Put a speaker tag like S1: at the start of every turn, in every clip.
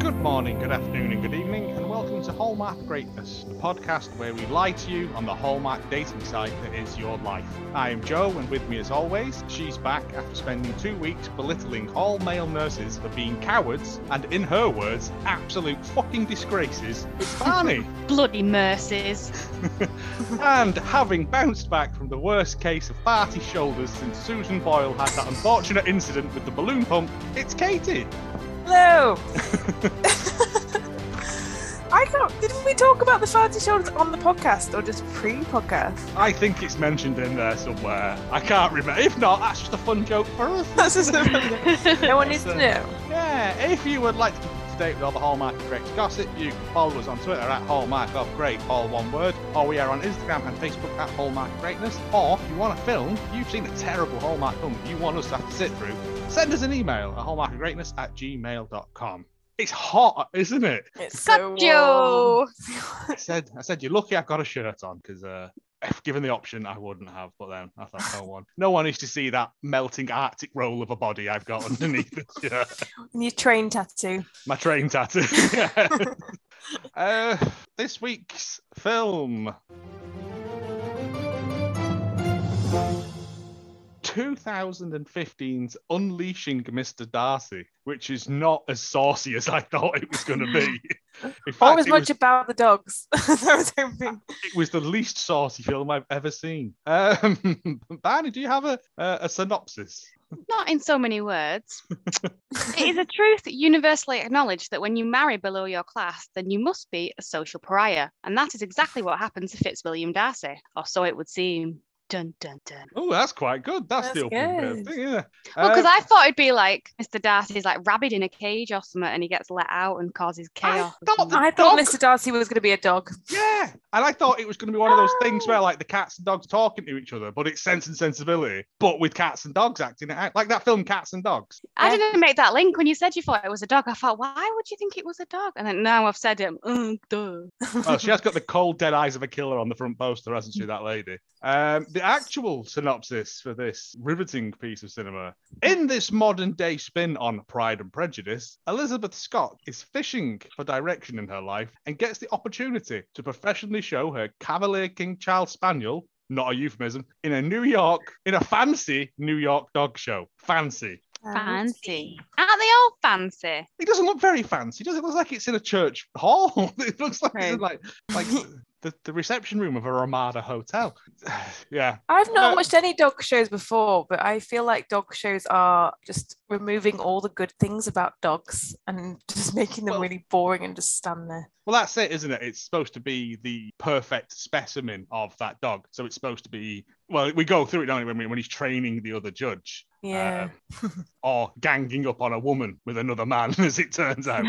S1: Good morning, good afternoon, and good evening, and welcome to Hallmark Greatness, the podcast where we lie to you on the Hallmark dating site that is your life. I am Joe, and with me as always, she's back after spending two weeks belittling all male nurses for being cowards and, in her words, absolute fucking disgraces. It's Barney!
S2: Bloody mercies.
S1: and having bounced back from the worst case of party shoulders since Susan Boyle had that unfortunate incident with the balloon pump, it's Katie!
S3: Hello. I thought didn't we talk about the farty shoulders on the podcast or just pre-podcast?
S1: I think it's mentioned in there somewhere. I can't remember. If not, that's just a fun joke for us.
S3: That's just no one needs to know.
S1: Yeah, if you would like to keep up to date with all the Hallmark of Great gossip, you can follow us on Twitter at Hallmark of Great, all one word, or we are on Instagram and Facebook at Hallmark Greatness. Or if you want a film, you've seen a terrible Hallmark film that you want us to have to sit through, send us an email at hallmarkofgreatness at gmail.com. It's hot, isn't it?
S3: It's
S2: Sup,
S3: um,
S2: Joe.
S1: I said, I said, you're lucky I've got a shirt on because uh, if given the option, I wouldn't have. But then I thought, no one, no one needs to see that melting Arctic roll of a body I've got underneath the shirt.
S3: warm. And your train tattoo.
S1: My train tattoo. uh, this week's film. 2015's Unleashing Mr. Darcy, which is not as saucy as I thought it was going to be. In
S3: Or
S1: fact,
S3: as
S1: it
S3: much
S1: was-
S3: about the dogs. I was hoping.
S1: it was the least saucy film I've ever seen. Um, Barney, do you have a, a, a synopsis?
S2: Not in so many words. it is a truth universally acknowledged that when you marry below your class, then you must be a social pariah. And that is exactly what happened to Fitzwilliam Darcy, or so it would seem. Dun dun dun.
S1: Oh, that's quite good. That's, the
S3: That's
S1: opening bit of
S3: good.
S1: thing, yeah.
S2: Well, because
S1: Um,
S2: I thought it'd be like Mr. Darcy's like rabid in a cage or something, and he gets let out and causes chaos. or
S1: thought
S2: something.
S3: I thought
S1: Dog.
S3: Mr. Darcy was going to be a dog.
S1: yeah, and I thought it was going to be one of those things
S3: No.
S1: where like the cats and dogs talking to each other, but it's Sense and Sensibility, but with cats and dogs acting it out, like that film Cats and Dogs.
S2: I didn't make that link when you said you thought it was a dog. I thought, why would you think it was a dog? And then now I've said it. Mm, duh.
S1: Well, Oh, she has got the cold, dead eyes of a killer on the front poster, hasn't she, that lady? Um, the actual synopsis for this riveting piece of cinema. In this modern day spin on Pride and Prejudice, Elizabeth Scott is fishing for direction in her life and gets the opportunity to professionally show her Cavalier King Charles Spaniel. Not a euphemism, in a New York, in a fancy New York dog show. Fancy.
S2: Fancy. Aren't they all fancy?
S1: It doesn't look very fancy, does it? It looks like it's in a church hall. It looks like it's in
S3: Right.
S1: like like the, the reception room of a Ramada hotel. yeah.
S3: I've not
S1: No.
S3: watched any dog shows before, but I feel like dog shows are just removing all the good things about dogs and just making them
S1: Well-
S3: really boring and just stand there.
S1: Well, that's it, isn't it? It's supposed to be the perfect specimen of that dog. So it's supposed to be well, we go through it don't we, when we, when he's training the other judge. uh,
S3: Yeah.
S1: or ganging up on a woman with another man, as it turns out.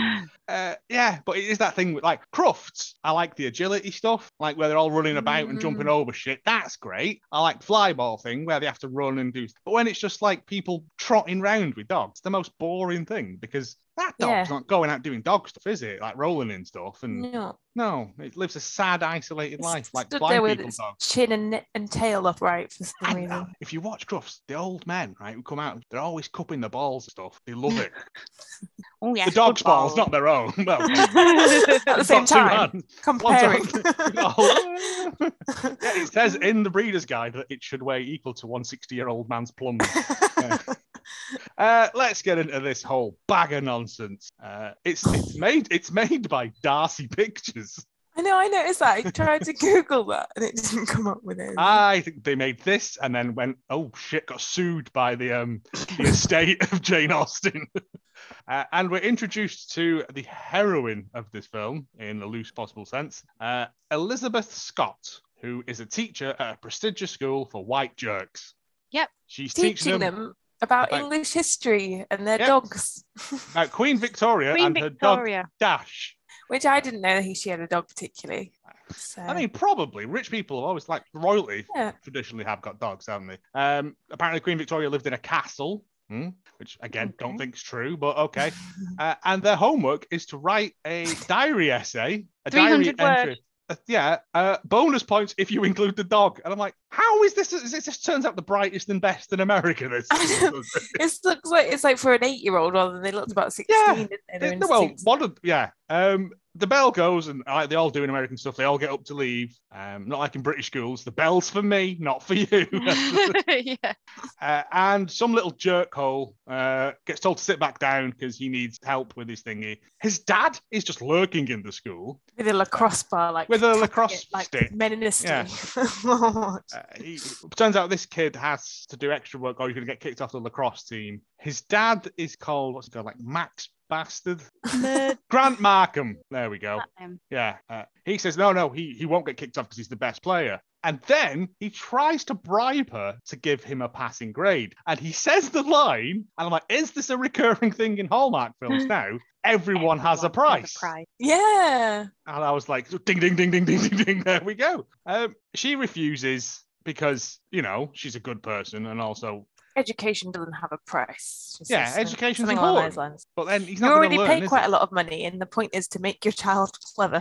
S1: Uh, yeah, but it is that thing with like Crofts. I like the agility stuff, like where they're all running about and
S3: Mhm.
S1: jumping over shit. That's great. I like fly ball thing where they have to run and do. But when it's just like people trotting round with dogs, the most boring thing because that dog's
S3: Yeah.
S1: not going out doing dog stuff, is it? Like rolling in stuff and
S3: No.
S1: no, it lives a sad, isolated
S3: It's
S1: life like
S3: stood
S1: blind
S3: there with
S1: people
S3: its
S1: dogs.
S3: chin and, and tail upright for
S1: I
S3: some
S1: know.
S3: reason.
S1: If you watch Crofts, the old men, right, who come out, they're always cupping the balls and stuff. They love it.
S2: Oh, yes,
S1: the dog's
S2: football.
S1: balls, not their own. Well,
S3: At the
S1: it's
S3: same
S1: not two
S3: time,
S1: hands. One
S3: comparing.
S1: dog. No. Yeah, it says in the breeder's guide that it should weigh equal to one 60 year old man's plum. Uh, let's get into this whole bag of nonsense. Uh, it's it's made it's made by Darcy Pictures.
S3: I know, I noticed that. I tried to Google that and it didn't come up with it.
S1: I think they made this and then went, oh shit, got sued by the um the estate of Jane Austen. Uh, and we're introduced to the heroine of this film in the loose possible sense, uh, Elizabeth Scott, who is a teacher at a prestigious school for white jerks.
S2: Yep.
S1: She's teaching,
S3: Teaching
S1: them,
S3: them, about
S1: about-
S3: English history and their
S1: Yep.
S3: dogs,
S1: about Queen Victoria
S2: Queen
S1: and her dog
S2: Victoria.
S1: Dash.
S3: which I didn't know he, she had a dog particularly. So.
S1: I mean, probably rich people have always like royalty
S3: Yeah.
S1: traditionally have got dogs, haven't they? Um, apparently, Queen Victoria lived in a castle. which again, don't
S2: Okay.
S1: think is true, but okay. Uh, and their homework is to write a diary essay, a diary
S2: 300 word.
S1: entry. Uh, yeah, uh, bonus points if you include the dog. And I'm like, how is this? Is this just turns out the brightest and best in America. This.
S3: It looks like it's like for an eight-year-old rather than they looked about sixteen.
S1: Yeah.
S3: didn't they? They were
S1: They-
S3: in
S1: well,
S3: suits.
S1: one of yeah. Um, the bell goes, and uh, they all do in American stuff. They all get up to leave. Um, not like in British schools. The bell's for me, not for you.
S2: yeah.
S1: uh, and some little jerk hole uh, gets told to sit back down because he needs help with his thingy. His dad is just lurking in the school.
S3: with a lacrosse bar, like
S1: With a
S3: tapping
S1: lacrosse
S3: it, like
S1: stick.
S3: men in a stick.
S1: Yeah. Uh, he, turns out this kid has to do extra work, or he's going to get kicked off the lacrosse team. His dad is called what's he called, like Max Bastard, Grant Markham. There we go.
S2: Um,
S1: Yeah. Uh, he says, no, no, he, he won't get kicked off because he's the best player. And then he tries to bribe her to give him a passing grade. And he says the line, and I'm like, is this a recurring thing in Hallmark films now? Everyone has a
S2: everyone
S1: price.
S3: yeah.
S1: And I was like, ding, ding, ding, ding, ding, ding, ding. There we go. Um, she refuses because, you know, she's a good person. And also,
S3: Education doesn't have a price. she
S1: Yeah,
S3: says, something-
S1: education's
S3: something along
S1: important.
S3: those lines.
S1: but then he's
S3: You
S1: not going
S3: already
S1: to learn.
S3: pay
S1: is
S3: quite
S1: he?
S3: a lot of money, and the point is to make your child clever.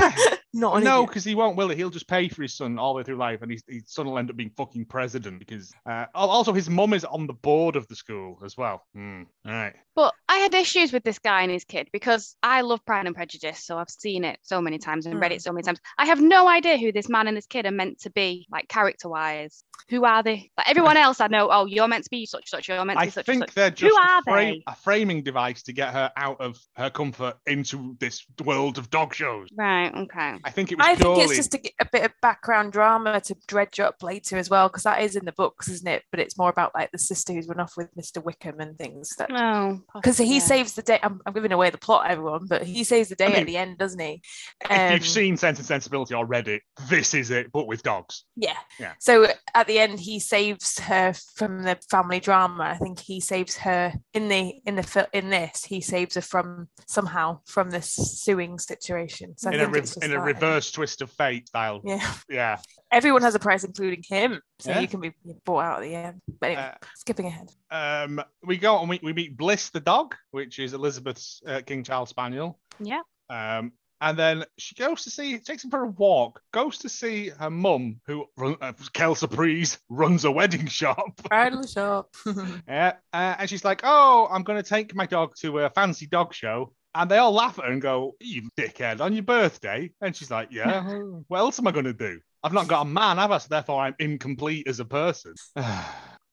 S1: Yeah.
S3: Not an
S1: no,
S3: idiot.
S1: because he won't, will it? He'll just pay for his son all the way through life, and his, his son will end up being fucking president because. Uh, al- also, his mum is on the board of the school as well. Hmm. All right.
S2: But I had issues with this guy and his kid because I love Pride and Prejudice, so I've seen it so many times and read
S3: Mm.
S2: it so many times. I have no idea who this man and this kid are meant to be, like character-wise. Who are they? Like everyone else, I know. Oh, you're meant to be such such. You're meant to
S1: I
S2: be such
S1: think
S2: such.
S1: they're
S2: Who
S1: just a,
S2: are
S1: frame,
S2: they?
S1: a framing device to get her out of her comfort into this world of dog shows.
S2: Right. Okay.
S1: I think it was
S3: I think
S1: purely.
S3: it's just to get a bit of background drama to dredge up later as well, because that is in the books, isn't it? But it's more about like the sister who's run off with Mr. Wickham and things that
S2: No.
S3: because he
S2: Oh, yeah.
S3: saves the day. I'm, I'm giving away the plot, everyone, but he saves the day
S1: mean,
S3: at the end, doesn't he?
S1: if
S3: Um,
S1: you've seen Sense and Sensibility or read it, this is it, but with dogs.
S3: Yeah.
S1: Yeah.
S3: So at the end, he saves her from the family drama. I think he saves her in the in the fil- in this. He saves her from somehow from this suing situation. So I
S1: In a,
S3: think
S1: re-
S3: it's just
S1: in a
S3: that.
S1: reverse twist of fate style.
S3: Yeah.
S1: Yeah.
S3: Everyone has a price, including him. So
S1: Yeah.
S3: you can be bought out at the end. But anyway,
S1: Uh,
S3: skipping ahead.
S1: um, we go and we, we meet Bliss the dog, which is Elizabeth's uh, King Charles Spaniel.
S2: Yeah.
S1: Um, and then she goes to see, takes him for a walk, goes to see her mum, who, run- uh, Kel Surprise, runs a wedding shop.
S3: Bridal shop.
S1: Yeah. Uh, and she's like, oh, I'm going to take my dog to a fancy dog show. And they all laugh at her and go, you dickhead, on your birthday. And she's like, yeah, what else am I going to do? I've not got a man, have I? So therefore, I'm incomplete as a person.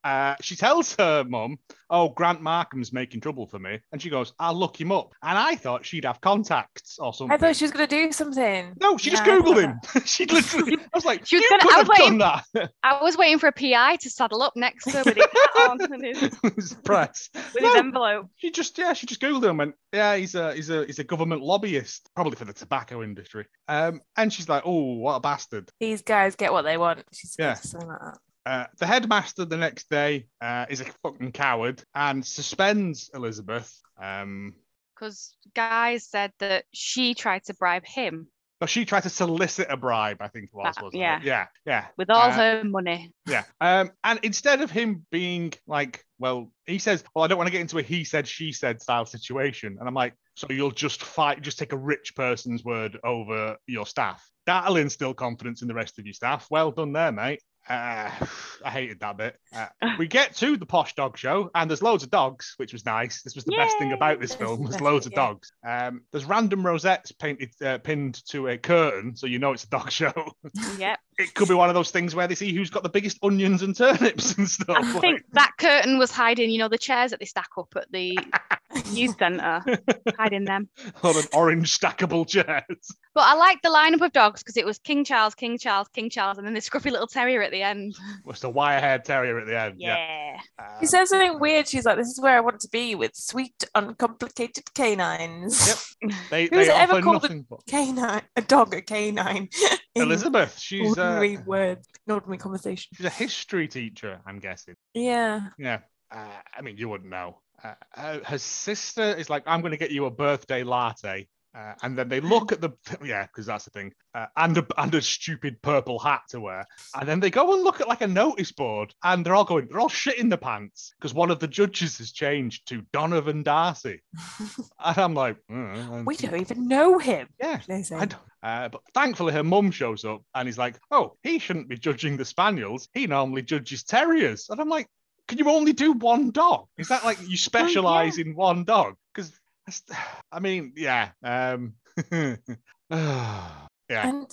S1: Uh, she tells her mum, Oh, Grant Markham's making trouble for me. And she goes, I'll look him up. And I thought she'd have contacts or something.
S3: I thought she was going to do something.
S1: No, she just
S3: Yeah, I
S1: Googled
S3: thought
S1: him. she literally, I was like,
S2: She was
S1: You
S2: gonna-
S1: could
S2: I
S1: have
S2: was
S1: done that.
S2: I was waiting for a PI to saddle up next to her with his hat on and his,
S1: It was press.
S2: with
S1: No,
S2: his envelope.
S1: She just yeah, she just googled him and went, yeah, he's a he's a he's a government lobbyist, probably for the tobacco industry. Um, and she's like, oh, what a bastard.
S3: These guys get what they want. She's
S1: Yeah.
S3: something like that.
S1: Uh, the headmaster the next day uh, is a fucking coward and suspends Elizabeth. Um,
S2: Because Guy said that she tried to bribe him
S1: but she tried to solicit a bribe, I think it was,
S2: That-
S1: wasn't it?
S2: yeah.
S1: Yeah, yeah,
S2: with all
S1: Uh,
S2: her money.
S1: yeah. Um, and instead of him being like, well, he says, well, I don't want to get into a he said, she said style situation. And I'm like, so you'll just fight, just take a rich person's word over your staff. That'll instill confidence in the rest of your staff. Well done there, mate. Uh, I hated that bit. Uh, we get to the posh dog show, and there's loads of dogs, which was nice. This was the best thing
S2: Yay!
S1: about this
S3: This is
S1: film
S3: the
S1: was
S3: best
S1: loads of
S3: bit, yeah.
S1: dogs. Um, there's random rosettes painted uh, pinned to a curtain, so you know it's a dog show
S2: Yep.
S1: it could be one of those things where they see who's got the biggest onions and turnips and stuff.
S2: I
S1: like-
S2: think that curtain was hiding, you know, the chairs that they stack up at the youth centre, hiding them.
S1: on an orange stackable chairs.
S2: But I liked the lineup of dogs because it was King Charles, King Charles, King Charles, and then this scruffy little terrier at the end.
S1: What's the wire haired terrier at the end? Yeah.
S2: Yeah.
S1: Um,
S3: She says something weird. She's like, "This is where I want to be with sweet, uncomplicated canines."
S1: Yep. they,
S3: who's
S1: they
S3: ever
S1: offer
S3: called a-
S1: nothing but-
S3: Canine, a dog, a canine. in
S1: Elizabeth, she's uh,
S3: ordinary
S1: a,
S3: words, in ordinary conversation.
S1: she's a history teacher, I'm guessing.
S3: Yeah.
S1: Yeah. Uh, I mean, you wouldn't know. Uh, her- her sister is like, I'm going to get you a birthday latte. Uh, and then they look at the yeah, because that's the thing, uh, and a, and a stupid purple hat to wear. And then they go and look at like a notice board, and they're all going, they're all shit in the pants because one of the judges has changed to Donovan Darcy. and I'm like, mm,
S3: We don't even know him.
S1: yeah,
S3: They say.
S1: I don't. Uh, but thankfully, her mum shows up and he's like, "Oh, he shouldn't be judging the spaniels. He normally judges terriers." And I'm like, "Can you only do one dog? Is that like you specialize in one dog?" Because, I mean, yeah, um, yeah.
S3: And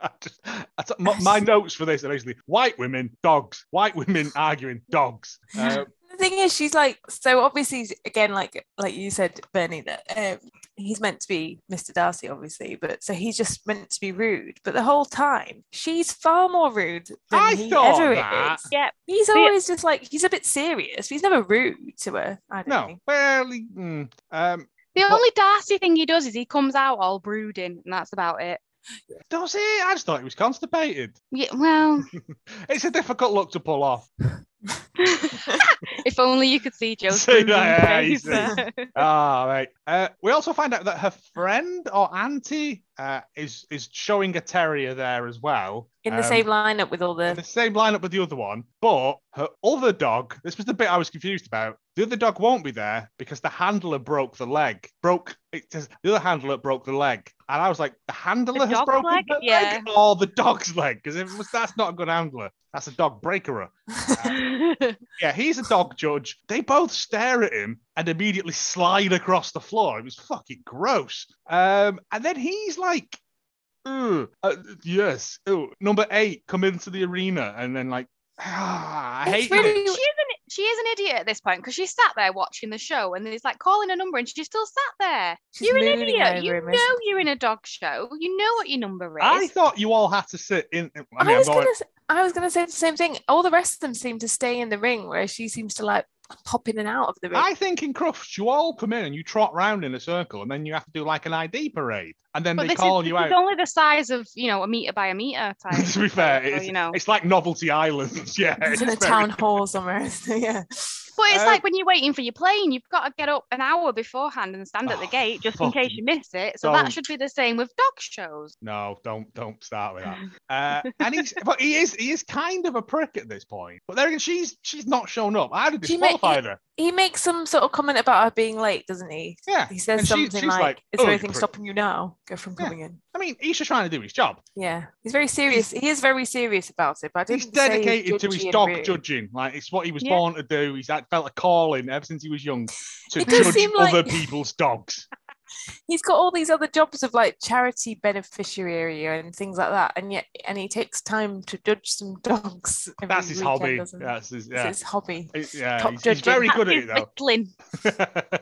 S1: I just, I took- my, my notes for this are basically white women, dogs, white women arguing dogs. Uh,
S3: the thing is, she's like so obviously again, like like you said, Bernie, that um, he's meant to be Mr. Darcy, obviously, but so he's just meant to be rude. But the whole time, she's far more rude than
S1: I
S3: he
S1: thought
S3: ever
S1: that.
S3: is.
S2: Yep.
S3: He's
S2: But-
S3: always just like he's a bit serious. But he's never rude to her. I don't
S1: no,
S3: think.
S1: well, he- mm, um,
S2: The
S1: But-
S2: only Darcy thing he does is he comes out all brooding, and that's about it.
S1: does he? I just thought he was constipated.
S2: Yeah, well,
S1: It's a difficult look to pull off.
S2: if only you could see Joe's
S1: See that,
S2: brooding
S1: yeah,
S2: face.
S1: you Ah, right. Uh, we also find out that her friend or auntie uh, is is showing a terrier there as well.
S3: In the
S1: Um,
S3: same lineup with all
S1: in
S3: the
S1: the same lineup with the other one, but her other dog. This was the bit I was confused about. The other dog won't be there because the handler broke the leg. Broke it says the other handler broke the leg, and I was like, the handler has
S2: dog's
S1: broken
S2: leg?
S1: the
S2: Yeah.
S1: leg or the dog's leg because it was that's not a good handler. That's a dog breaker. Yeah, he's a dog judge. They both stare at him and immediately slide across the floor. It was fucking gross. Um, and then he's like, "Ugh, uh, yes, ooh, number eight, come into the arena. And then, like, ah, I
S3: It's
S1: hate
S3: really-
S1: it.
S2: she is an she is an idiot at this point because she sat there watching the show and he's like calling her number and she still sat there.
S3: She's
S2: you're an
S3: mooning
S2: idiot.
S3: over
S2: You
S3: him,
S2: know
S3: isn't
S2: you're in a dog show. You know what your number is.
S1: I thought you all had to sit in. I mean,
S3: I
S1: I'm
S3: was
S1: going,
S3: gonna, s- I was gonna say the same thing. All the rest of them seem to stay in the ring, whereas she seems to like pop in and out of the ring.
S1: I think in Crufts, you all come in and you trot round in a circle and then you have to do like an ID parade. And then
S2: but
S1: they
S2: this,
S1: call
S2: is,
S1: you
S2: this
S1: out.
S2: is only the size of you know a meter by a meter type.
S1: to be fair,
S2: so,
S1: it's,
S2: you know.
S1: it's like Novelty Island. Yeah.
S3: It's in
S1: it's
S3: the
S1: very-
S3: town hall somewhere. So yeah.
S2: But it's
S1: Uh,
S2: like when you're waiting for your plane, you've got to get up an hour beforehand and stand at the
S1: Oh,
S2: gate just in case
S1: fucking
S2: you miss it. So that
S1: don't.
S2: should be the same with dog shows.
S1: No, don't don't start with that. Uh, and he's but he is he is kind of a prick at this point. But there again, she's she's not shown up. I'd have
S3: She may-
S1: disqualified her.
S3: He makes some sort of comment about her being late, doesn't he?
S1: Yeah.
S3: He says
S1: And she-
S3: something
S1: she's
S3: like,
S1: like,
S3: "Is
S1: "Oh,
S3: there
S1: you
S3: anything
S1: prick."
S3: stopping you now? Go from
S1: Yeah.
S3: coming in."
S1: I mean, he's just trying to do his job.
S3: Yeah, he's very serious. He is very serious about it, but I didn't
S1: He's
S3: say he's
S1: dedicated to his
S3: judgy and
S1: dog
S3: rude.
S1: judging. Like it's what he was
S2: Yeah.
S1: born to do. He's had felt a calling ever since he was young to
S3: It does
S1: judge
S3: seem like-
S1: other people's dogs.
S3: He's got all these other jobs of like charity beneficiary and things like that, and yet and he takes time to judge some dogs. every
S1: That's his
S3: weekend,
S1: hobby.
S3: doesn't he?
S1: That's his
S3: It's
S1: yeah.
S3: his hobby.
S1: It- yeah,
S3: top
S1: he's, he's
S3: judging.
S1: very good at it
S2: That's his
S1: though.
S2: whittling.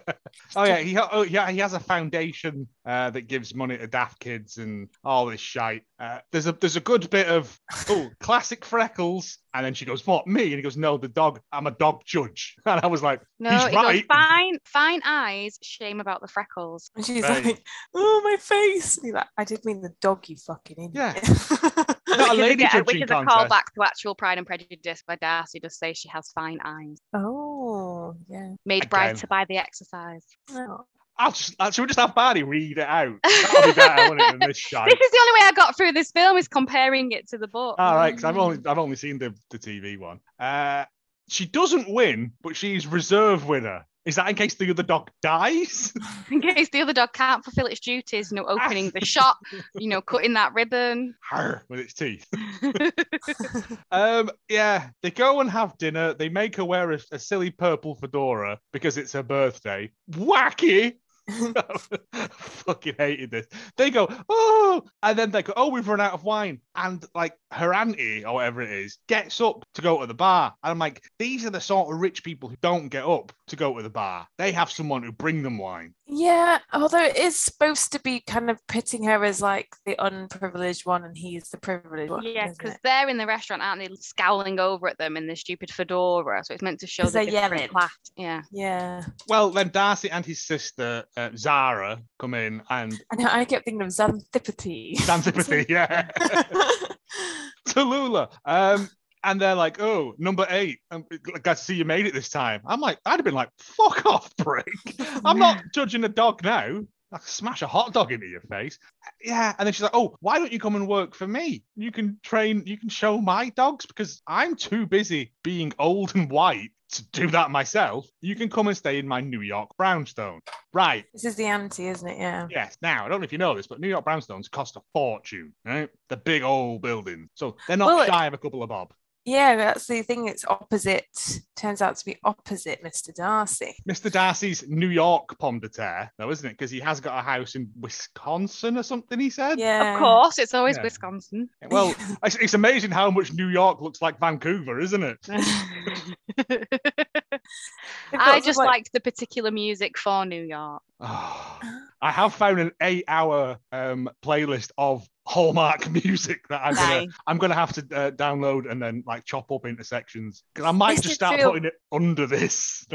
S1: oh yeah, he oh, yeah he has a foundation uh, that gives money to daft kids and all this shite. Uh, there's a there's a good bit of oh classic freckles, and then she goes, "What me?" And he goes, "No, the dog. I'm a dog judge." And I was like,
S2: No,
S1: He's
S2: it goes
S1: right.
S2: fine, fine eyes, shame about the freckles.
S3: And she's
S1: Right.
S3: like, "Oh, my face!" And he's like, "I did mean the dog, you fucking idiot."
S1: Yeah.
S2: Which
S1: "Not a
S2: is,
S1: lady
S2: again- which
S1: judging
S2: is a
S1: contest."
S2: callback to actual Pride and Prejudice, where Darcy does say she has fine eyes,
S3: oh, yeah.
S2: made
S1: Again.
S2: brighter by the exercise.
S3: Oh.
S1: I'll just uh, should we just have Barney read it out? That'll be better, wouldn't it, than this
S2: This
S1: shite.
S2: is the only way I got through this film is comparing it to the book.
S1: All right, because I've only I've only seen the the TV one. Uh, she doesn't win, but she's reserve winner. Is that in case the other dog dies?
S2: in case the other dog can't fulfill its duties, you know, opening the shop, you know, cutting that ribbon.
S1: Arr, with its teeth. um, yeah, they go and have dinner. They make her wear a, a silly purple fedora because it's her birthday. Wacky. fucking hated this. They go, oh, and then they go, oh, we've run out of wine. And like her auntie or whatever it is gets up to go to the bar. And I'm like, these are the sort of rich people who don't get up to go to the bar. They have someone who bring them wine.
S3: Yeah, although it is supposed to be kind of pitting her as like the unprivileged one and he's the privileged one.
S2: Yeah,
S3: isn't
S2: because
S3: it?
S2: they're in the restaurant, aren't they? Scowling over at them in the stupid fedora. So it's meant to show
S3: 'Cause
S2: the
S3: they're
S2: different
S3: yelling.
S2: class. Yeah.
S3: yeah.
S1: Well, then Darcy and his sister uh, Zara come in and
S3: And I kept thinking of Xanthipathy.
S1: antipathy. Yeah. Tallulah. Um, and they're like, oh, number eight. Um, glad to see you made it this time. I'm like, I'd have been like, fuck off, prick. I'm not judging a dog now. I could smash a hot dog into your face. Yeah. And then she's like, oh, why don't you come and work for me? You can train, you can show my dogs because I'm too busy being old and white to do that myself. You can come and stay in my New York brownstone. Right.
S3: This is the ante, isn't it? Yeah.
S1: Yes. Now, I don't know if you know this, but New York brownstones cost a fortune, right? The big old building. So they're not
S3: Well, it-
S1: shy of a couple of bob.
S3: Yeah, that's the thing. It's opposite, turns out to be opposite Mr. Darcy.
S1: Mr. Darcy's New York pomme de terre, though, isn't it? Because he has got a house in Wisconsin or something, he said.
S3: Yeah.
S2: Of course, it's always
S1: Yeah.
S2: Wisconsin.
S1: Well, it's, it's amazing how much New York looks like Vancouver, isn't it?
S3: They've got
S2: I
S3: the,
S2: just liked the particular music for New York.
S1: Ah, I have found an eight-hour um, playlist of Hallmark music that I'm gonna
S2: Nice.
S1: I'm gonna have to uh, download and then like chop up into sections because I might
S3: This
S1: just
S3: is
S1: start
S3: real-
S1: putting it under this.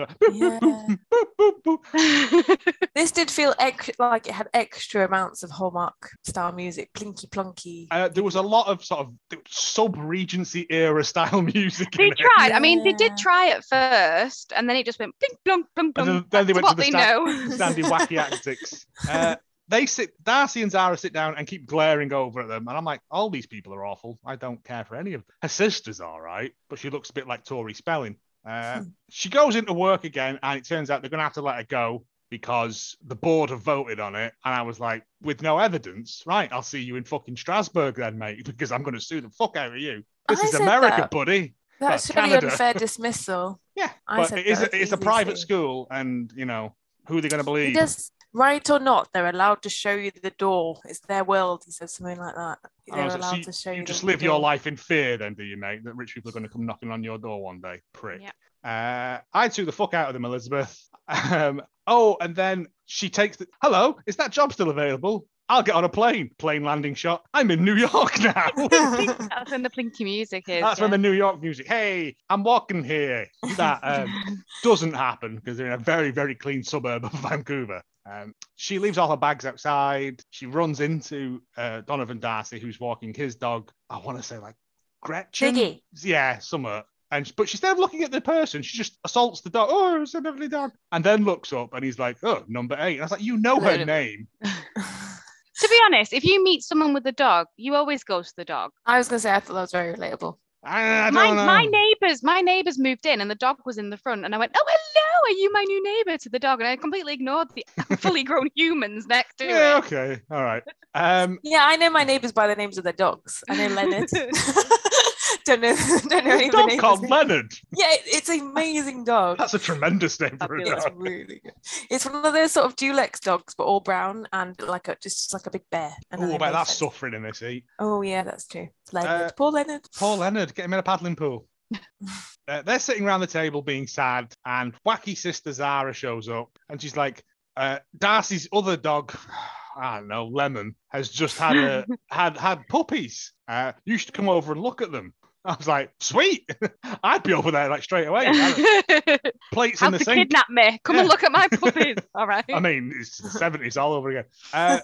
S3: Yeah.
S2: I
S3: This did feel ex- like it had extra amounts of Hallmark style music, plinky plonky.
S1: Uh, there was a lot of sort of sub Regency era style music.
S2: They
S1: in it.
S2: tried. I mean, they
S3: Yeah.
S2: did try at first, and then it just went blink, blunk, blunk,
S1: And then,
S2: blunk.
S1: then they
S2: That's
S1: went
S2: what
S1: to the
S2: they
S1: stand-
S2: know.
S1: standy wacky antics. Uh, they sit. Darcy and Zara sit down and keep glaring over at them, and I'm like, all these people are awful. I don't care for any of them. Her sister's all right, but she looks a bit like Tori Spelling.
S3: Hmm.
S1: Uh, she goes into work again, and it turns out they're going to have to let her go because the board have voted on it. And I was like, with no evidence, right? I'll see you in fucking Strasbourg then, mate, because I'm going to sue the fuck out of you. This
S3: I
S1: is
S3: said
S1: America,
S3: that.
S1: buddy.
S3: That's
S1: but
S3: really
S1: Canada.
S3: unfair dismissal.
S1: Yeah,
S3: I
S1: but
S3: said
S1: it is
S3: that,
S1: a, it's a
S3: easy
S1: private
S3: to-
S1: school, and you know who are they going to
S3: He
S1: believe?
S3: does, right or not, they're allowed to show you the door. It's their world. He said something like that.
S1: And I
S3: They're
S1: was like, Oh, so
S3: allowed
S1: you-
S3: to show
S1: you
S3: you. the
S1: just live your
S3: door.
S1: life in fear, then, do you, mate? That rich people are going to come knocking on your door one day, prick.
S2: Yeah.
S1: Uh, I threw the fuck out of them, Elizabeth. Um, oh, and then she takes the hello. Is that job still available? I'll get on a plane. Plane landing shot. I'm in New York now.
S2: That's when the plinky music is.
S1: That's
S2: yeah.
S1: when the New York music. Hey, I'm walking here. That um, doesn't happen because they're in a very, very clean suburb of Vancouver. Um, she leaves all her bags outside. She runs into uh, Donovan Darcy, who's walking his dog. I want to say like Gretchen.
S3: Ziggy.
S1: Yeah, summer. And but instead of looking at the person, she just assaults the dog. Oh, it's a lovely dog. And then looks up and he's like, oh, number eight. And I was like, you know her
S3: Literally.
S1: name.
S2: To be honest, if you meet someone with a dog, you always go to the dog.
S3: I was going to say, I thought that was very relatable.
S1: I, I don't
S2: my,
S1: know.
S2: my neighbors, my neighbors moved in, and the dog was in the front, and I went, "Oh, hello, are you my new neighbor?" to the dog, and I completely ignored the fully grown humans next to
S1: yeah,
S2: it.
S1: okay, all right. Um,
S3: Yeah, I know my neighbors by the names of their dogs. I know Leonard. don't know, don't know any
S1: a
S3: of the
S1: dog
S3: names.
S1: called Leonard.
S3: Yeah, it- it's an amazing dog.
S1: That's a tremendous name for a
S3: It's
S1: dog.
S3: really good. It's one of those sort of Dulex dogs, but all brown and like a just like a big bear. And
S1: Oh,
S3: they
S1: about
S3: both
S1: that Uh,
S3: said-
S1: suffering in this heat.
S3: Oh yeah, that's true. It's Leonard. Poor Leonard.
S1: Paul Leonard, get him in a paddling pool. Uh, they're sitting around the table being sad, and wacky sister Zara shows up, and she's like, uh, "Darcy's other dog, I don't know, Lemon, has just had a, had had puppies. Uh, you should come over and look at them." I was like, "Sweet, I'd be over there like straight away." Plates
S2: How
S1: in the
S2: to
S1: sink.
S2: kidnap me? Come and
S1: Yeah.
S2: look at my puppies. All right.
S1: I mean, it's the seventies all over again. Uh,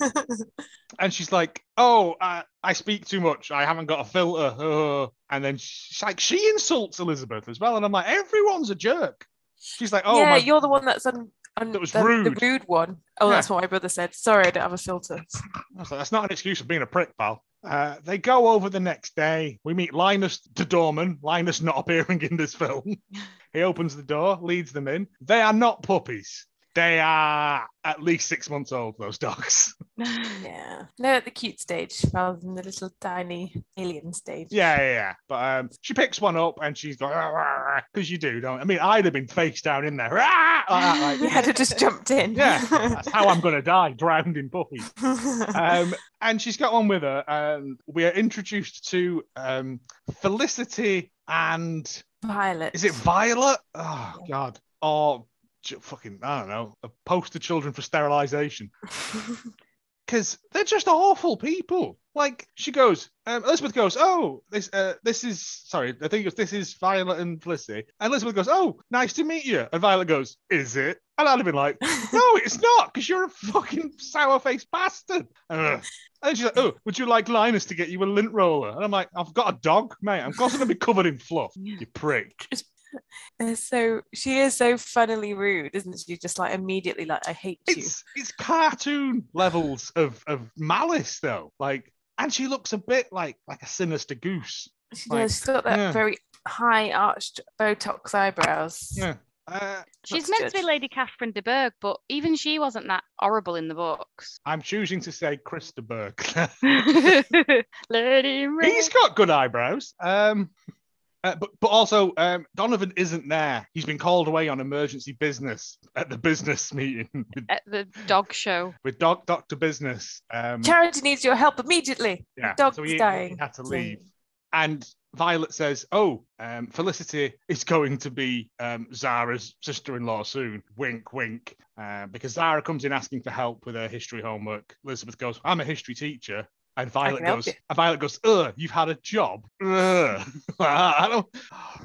S1: and she's like, "Oh, I, I speak too much. I haven't got a filter." Oh. And then she's like, she insults Elizabeth as well, and I'm like, "Everyone's a jerk." She's like, "Oh,
S3: yeah,
S1: my,
S3: you're the one that's un, un,
S1: That was
S3: the, the
S1: rude.
S3: rude one. Oh,
S1: Yeah.
S3: that's what my brother said. Sorry, I don't have a filter.
S1: I was like, that's not an excuse for being a prick, pal." Uh, they go over the next day. We meet Linus the doorman. Linus not appearing in this film. he opens the door, leads them in. They are not puppies. They are at least six months old. Those dogs.
S3: Yeah, they're at the cute stage rather than the little tiny alien stage.
S1: Yeah, yeah, yeah. But um, she picks one up and she's "Ah, going, because you do, don't I mean, I'd have been face down in there. "Rah!" like that, like,
S3: you had to just jumped in.
S1: yeah, that's how I'm going to die, drowned in puppies. Um, and she's got one with her. Um, we are introduced to um, Felicity and
S3: Pilot.
S1: is it Violet? Oh, God. Or j- fucking, I don't know, a poster children for sterilization because they're just awful people. Like she goes, um, Elizabeth goes, oh, this, uh, this is sorry, I think it was, this is Violet and Felicity. And Elizabeth goes, oh, nice to meet you. And Violet goes, is it? And I'd have been like, no, it's not, because you're a fucking sour-faced bastard. Ugh. And she's like, oh, would you like Linus to get you a lint roller? And I'm like, I've got a dog, mate. I'm going to be covered in fluff, you prick.
S3: They're so she is so funnily rude, isn't she? Just like immediately, like I hate you.
S1: It's it's cartoon levels of of malice though. Like, and she looks a bit like like a sinister goose.
S3: She
S1: like,
S3: does. She's got that
S1: yeah.
S3: very high arched Botox eyebrows.
S1: Yeah. Uh,
S2: She's
S3: That's
S2: meant to
S3: good.
S2: be Lady Catherine de Bourgh, but even she wasn't that horrible in the books.
S1: I'm choosing to say Krista Burke.
S2: Lady Ray.
S1: He's got good eyebrows. Um, uh, but but also um, Donovan isn't there. He's been called away on emergency business at the business meeting with,
S2: At the dog show.
S1: with doc, Doctor Business. Um,
S3: Charity needs your help immediately.
S1: yeah,
S3: dog's
S1: so he,
S3: dying.
S1: He had to leave. And Violet says, "Oh, um, Felicity is going to be um, Zara's sister-in-law soon." Wink, wink. Uh, because Zara comes in asking for help with her history homework. Elizabeth goes, "I'm a history teacher." And Violet
S3: can help
S1: goes,
S3: you.
S1: and Violet goes, ugh, you've had a job. Ugh. I don't,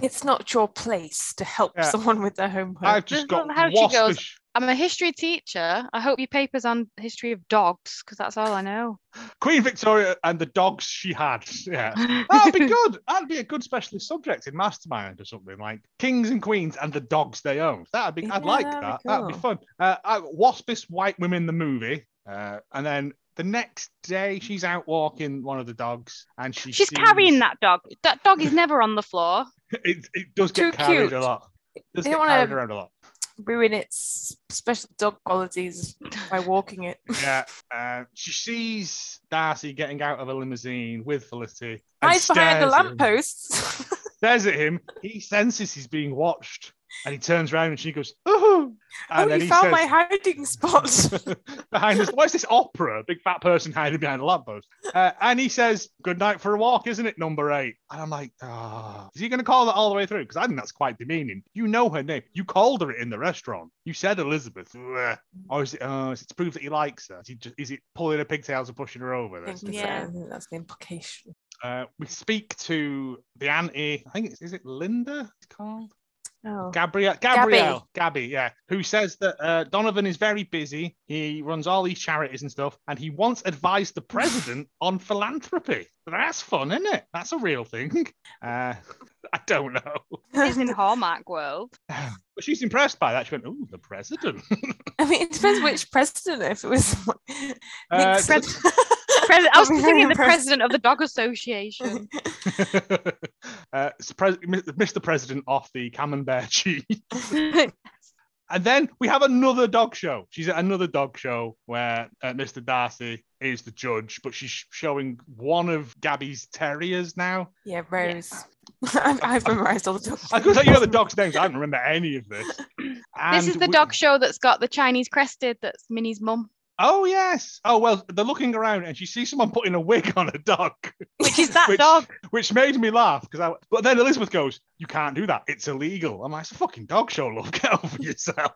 S3: It's not your place to help
S1: Yeah.
S3: someone with their homework.
S1: I've just
S2: Well,
S1: got
S2: how she goes-
S1: waspish.
S2: I'm a history teacher. I hope your paper's on history of dogs, because that's all I know.
S1: Queen Victoria and the dogs she had. Yeah. That'd be good. That'd be a good specialist subject in Mastermind or something like kings and queens and the dogs they owned. That'd be. I'd
S3: Yeah,
S1: like
S3: that'd
S1: that.
S3: be
S1: That'd be
S3: cool.
S1: fun. Uh, I, Waspist white women the movie, uh, and then the next day she's out walking one of the dogs and she.
S2: She's
S1: sees-
S2: carrying that dog. That dog is never on the floor.
S1: It, it does get
S3: Too
S1: carried a
S3: cute.
S1: lot. It does
S3: They
S1: get
S3: don't
S1: carried
S3: wanna-
S1: around a lot.
S3: Ruin its special dog qualities by walking it.
S1: Yeah. Uh, she sees Darcy getting out of a limousine with Felicity. and Ah,
S3: Eyes behind the
S1: stares at him.
S3: lampposts.
S1: stares at him. He senses he's being watched, and he turns around and she goes, "Ooh!" And
S3: oh,
S1: then
S3: you
S1: he
S3: found
S1: says,
S3: my hiding spot.
S1: behind us, what's this opera? Big fat person hiding behind a lamppost. Uh, and he says, "Good night for a walk, isn't it, number eight? And I'm like, "Ah, is he going to call that all the way through? Because I think that's quite demeaning. You know her name. You called her it in the restaurant. You said Elizabeth. Bleh. Or is it? Oh, is it to prove that he likes her? Is, he just, is it pulling her pigtails and pushing her over?
S3: I
S1: That's-
S3: think so.
S2: Yeah.
S3: I think that's the implication.
S1: Uh, we speak to the auntie. I think it's is it Linda? It's called.
S3: Oh.
S1: Gabrielle, Gabrielle, Gabby, yeah, who says that uh, Donovan is very busy. He runs all these charities and stuff, and he once advised the president on philanthropy. That's fun, isn't it? That's a real thing. Uh, I don't know.
S2: It's in Hallmark World.
S1: But she's impressed by that. She went, "Ooh, the president."
S3: I mean, it depends which president. If it was
S1: Uh,
S3: Nixon.
S2: Pres- I was thinking
S3: Probably
S2: the
S3: remember.
S2: president of the dog association.
S1: uh, it's pres- Mr. President off the camembert cheese. And then we have another dog show. She's at another dog show where uh, Mr. Darcy is the judge, but she's showing one of Gabby's terriers now.
S3: yeah, Rose. I've, I've memorized all the dogs.
S1: I could tell you know the dog's names. I don't remember any of this.
S2: this is
S1: And
S2: the
S1: we-
S2: dog show that's got the Chinese crested that's Minnie's mum,
S1: Oh yes. Oh well, they're looking around and she sees someone putting a wig on a dog,
S2: which is that
S1: Which-
S2: dog.
S1: which made me laugh because I. But then Elizabeth goes, "You can't do that. It's illegal." I'm like, "It's a fucking dog show, love. Get over yourself."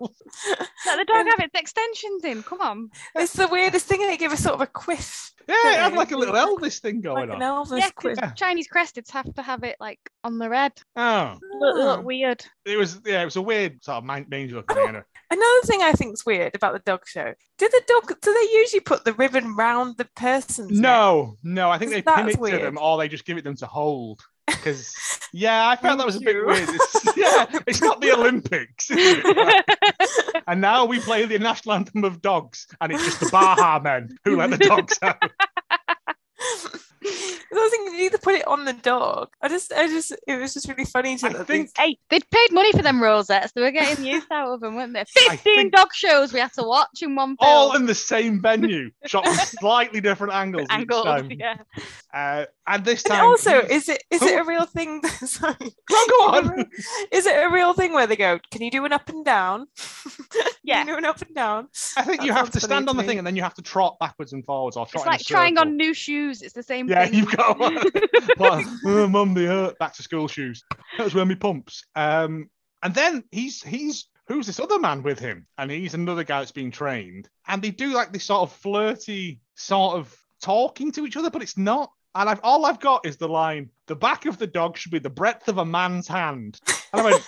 S2: Let the dog have its extensions in. Come on.
S3: It's the weirdest thing. They give us sort of a quiff,
S1: Yeah, it had like a little Elvis thing
S3: like
S1: going on.
S3: an Elvis
S2: Yeah, 'cause
S3: quiff.
S1: Yeah.
S2: Chinese cresteds have to have it like on the red.
S1: Oh.
S2: Look, look
S3: Oh.
S2: weird.
S1: it was yeah, it was a weird sort of man- mangy looking
S3: Oh.
S1: thing. Anyway.
S3: Another thing I think's weird about the dog show. Do the dog? Do they usually put the ribbon round the person's neck?
S1: No, no, I think they pin
S3: That's
S1: it to
S3: weird.
S1: them or they just give it them to hold. Because yeah, I felt that was a bit
S3: Thank you.
S1: weird. It's, yeah, it's not the Olympics, is it? and now we play the national anthem of dogs, and it's just the Baha men who let the dogs out.
S3: I think you either put it on the dog. I just, I just, it was just really funny to
S1: I
S3: that
S1: think-
S3: these-
S2: hey, they'd paid money for them rosettes. They were getting use out of them, weren't they? 15
S1: think-
S2: dog shows we had to watch in one film.
S1: All in the same venue, shot from slightly different angles. each
S2: Angles,
S1: time.
S2: yeah.
S1: Uh, and this
S3: And
S1: time,
S3: also,
S1: he's-
S3: is it is it a real thing? Sorry.
S1: Oh, go on.
S3: Is it a real thing where they go? Can you do an up and down? Can
S2: Yeah.
S3: you do an up and down.
S1: I think
S3: That
S1: you have
S3: sounds
S1: to
S3: funny
S1: stand
S3: to
S1: on the
S3: me.
S1: thing and then you have to trot backwards and forwards or trot
S2: It's
S1: in a
S2: like trying
S1: circle.
S2: on new shoes. It's the same
S1: Yeah,
S2: thing.
S1: you've got one. But, oh, mum, they hurt. Back to school shoes. That was when me pumps. Um, and then he's he's who's this other man with him, and he's another guy that's being trained, and they do like this sort of flirty sort of talking to each other, but it's not. And I've all I've got is the line: "The back of the dog should be the breadth of a man's hand." And I went,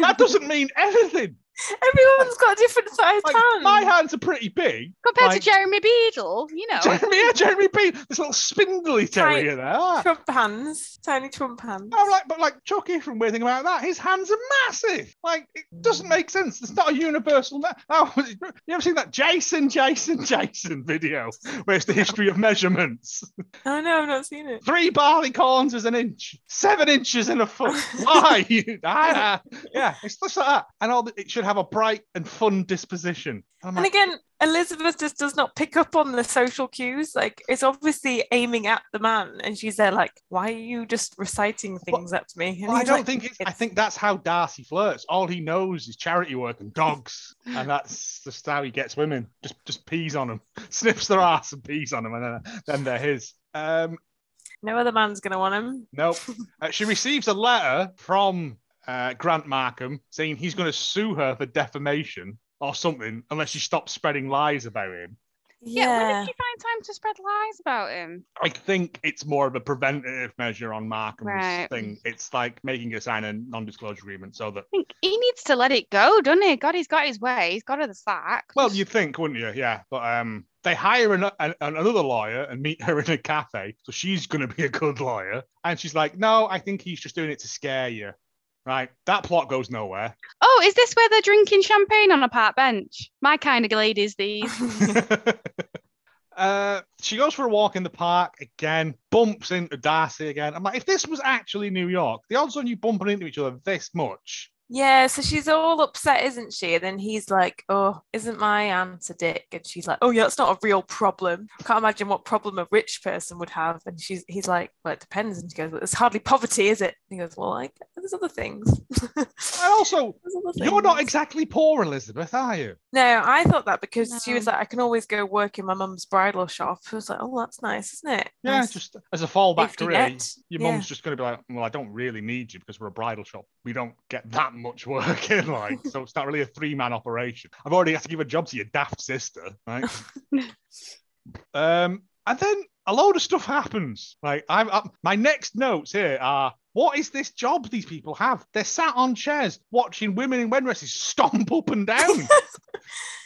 S1: "That doesn't mean anything."
S3: Everyone's got a different size
S1: Like,
S3: hand.
S1: my hands are pretty big.
S2: Compared
S1: Like-
S2: to Jeremy Beadle, you know.
S1: Jeremy, yeah, Jeremy B. This little spindly terrier there. Ah.
S3: Trump hands, tiny Trump hands.
S1: I'm like, but like Chucky from Weird Thing About That, his hands are massive. Like, it doesn't make sense. It's not a universal. Me- oh, you ever seen that Jason, Jason, Jason video where it's the history of measurements?
S3: Oh no, I've not seen it.
S1: Three barleycorns is an inch, seven inches in a foot. Why? Ah, yeah, it's just like that. And all the, it should have a bright and fun disposition. And I'm
S3: And
S1: like,
S3: again, Elizabeth just does not pick up on the social cues. Like it's obviously aiming at the man, and she's there like, "Why are you just reciting things at me?" And
S1: well, I
S3: he's
S1: don't
S3: like,
S1: think it's, I think that's how Darcy flirts. All he knows is charity work and dogs, and that's just how he gets women. Just just pees on them, sniffs their ass and pees on them, and then, then they're his. Um,
S3: no other man's gonna want him.
S1: nope. Uh, she receives a letter from uh, Grant Markham saying he's going to sue her for defamation or something unless she stops spreading lies about him.
S2: Yeah, when did she find time to spread lies about him?
S1: I think it's more of a preventative measure on Markham's
S2: Right.
S1: thing. It's like making her sign a non-disclosure agreement so that
S2: I think he needs to let it go, doesn't he? God, he's got his way. He's got her the sack.
S1: Well, you'd think, wouldn't you? Yeah, but um, they hire an, an, another lawyer and meet her in a cafe, so she's going to be a good lawyer. And she's like, "No, I think he's just doing it to scare you." Right? That plot goes nowhere.
S2: Oh, is this where they're drinking champagne on a park bench? My kind of ladies, these.
S1: uh, she goes for a walk in the park again, bumps into Darcy again. I'm like, if this was actually New York, the odds on you bumping into each other this much.
S3: yeah, so she's all upset, isn't she? And then he's like, "Oh, isn't my aunt a dick?" And she's like, "Oh yeah, it's not a real problem. I can't imagine what problem a rich person would have." And she's he's like, "Well, it depends." And she goes, well, "It's hardly poverty, is it?" And he goes, "Well, like there's other things."
S1: And also,
S3: There's other
S1: you're not
S3: things.
S1: exactly poor, Elizabeth, are you?
S3: No, I thought that because she was
S2: No.
S3: like, I can always go work in my mum's bridal shop. I was like, oh, that's nice, isn't it?
S1: Yeah,
S3: Nice
S1: just as a fallback
S3: safety
S1: career.
S3: net.
S1: your
S3: Yeah.
S1: mum's just going to be like, well, I don't really need you because we're a bridal shop. We don't get that much work in, like, so it's not really a three man operation. I've already had to give a job to your daft sister, right? um, and then a load of stuff happens. Like, I've I, my next notes here are. What is this job these people have? They're sat on chairs watching women in wedding dresses stomp up and down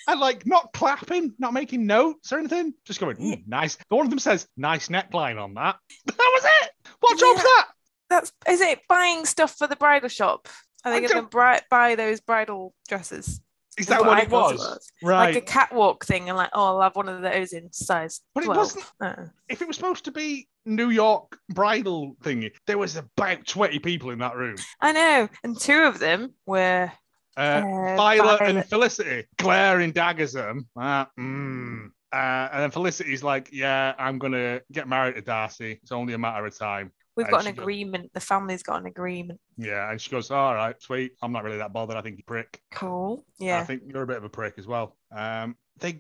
S1: and like not clapping, not making notes or anything. Just going, "Mm, nice. One of them says, nice neckline on that. That was it. What job's
S3: Yeah.
S1: that?
S3: That's is it buying stuff for the bridal shop? Are
S1: I
S3: they going to
S1: don't-
S3: bri- buy those bridal dresses?
S1: Is
S3: That's
S1: that what
S3: I
S1: it
S3: thought
S1: was? Right.
S3: Like a catwalk thing, and like, oh, I'll have one of those in size.
S1: But it
S3: 12.
S1: wasn't-
S3: Oh.
S1: if it was supposed to be New York bridal thingy, there was about 20 people in that room.
S3: I know. And two of them were
S1: Uh,
S3: uh,
S1: Violet and
S3: Violet.
S1: Felicity glaring daggers at him. Ah, mm. Uh, and then Felicity's like, yeah, I'm going to get married to Darcy. It's only a matter of time.
S3: We've
S1: and
S3: got
S1: she
S3: an
S1: goes-
S3: agreement. The family's got an agreement.
S1: Yeah. And she goes, all right, sweet. I'm not really that bothered. I think you prick.
S3: Cool.
S1: I
S3: Yeah.
S1: think you're a bit of a prick as well. Um, they,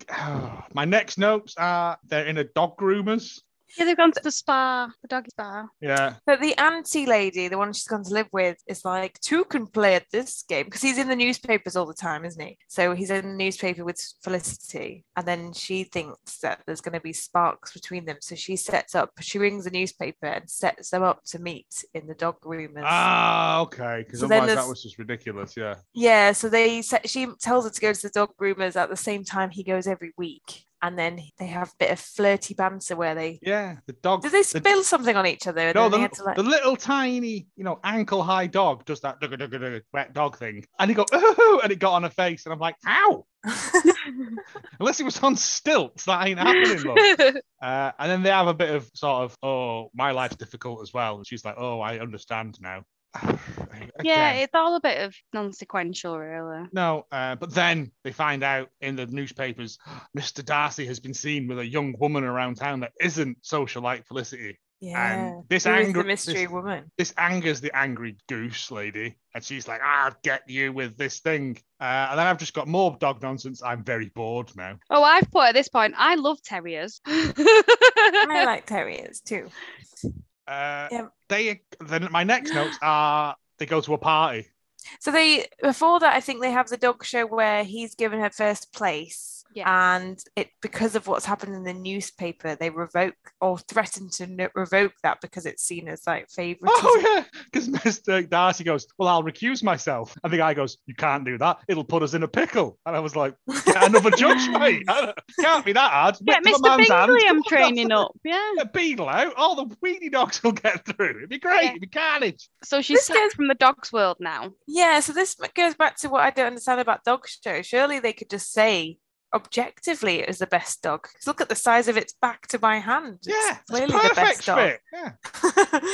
S1: my next notes are they're in a dog groomers.
S2: yeah, they've gone to the spa, the doggy spa.
S1: Yeah.
S3: But the auntie lady, the one she's gone to live with, is like, two can play at this game because he's in the newspapers all the time, isn't he? So he's in the newspaper with Felicity, and then she thinks that there's going to be sparks between them. So she sets up, she rings the newspaper and sets them up to meet in the dog rumors.
S1: Ah, okay. Because
S3: So then
S1: otherwise that
S3: there's-
S1: was just ridiculous. Yeah.
S3: Yeah, so they set, she tells her to go to the dog groomers at the same time he goes every week, and then they have a bit of flirty banter where they
S1: Yeah, the dog.
S3: did they
S1: the-
S3: spill something on each other? And
S1: no,
S3: then
S1: the,
S3: they had to like,
S1: the little tiny, you know, ankle high dog does that dugga dugga dugga wet dog thing, and he go ooh, and it got on her face, and I'm like, how? Oh, Unless it was on stilts, that ain't happening. Love. Uh, and then they have a bit of sort of, oh, my life's difficult as well, and she's like, oh, I understand now.
S2: yeah,
S1: Again.
S2: it's all a bit of non sequential, really.
S1: No, uh, but then they find out in the newspapers, Mr. Darcy has been seen with a young woman around town that isn't socialite Felicity.
S3: yeah,
S1: And this
S3: Who is
S1: anger,
S3: the mystery
S1: this,
S3: woman.
S1: this angers the angry goose lady, and she's like, "I'll get you with this thing." Uh, and then I've just got more dog nonsense. I'm very bored now.
S2: Oh, I've put at this point, I love terriers.
S3: I like terriers too.
S1: Uh,
S3: Yeah.
S1: They then my next notes are they go to a party.
S3: So they before that, I think they have the dog show where he's given her first place,
S2: Yeah.
S3: and it because of what's happened in the newspaper they revoke or threaten to no- revoke that because it's seen as like favoritism
S1: Oh yeah, because Mr. Darcy goes, "Well, I'll recuse myself," and the guy goes, "You can't do that. It'll put us in a pickle." And I was like, "Get another judge, mate. Can't be that hard."
S2: Get
S1: Lift my
S2: Mr.
S1: man's hand.
S2: Bingley, I'm training up. Yeah.
S1: Get a beetle out. All the weedy dogs will get through. It'd be great.
S2: Yeah.
S1: It'd be carnage.
S2: So she's
S3: This
S2: sacked
S3: goes-
S2: from the dog's world now.
S3: Yeah, so this m- goes back to what I don't understand about dog shows. Surely they could just say objectively it was the best dog. 'Cause look at the size of its back to my hand. It's
S1: Yeah, it's
S3: clearly the
S1: perfect
S3: best dog.
S1: fit. Yeah.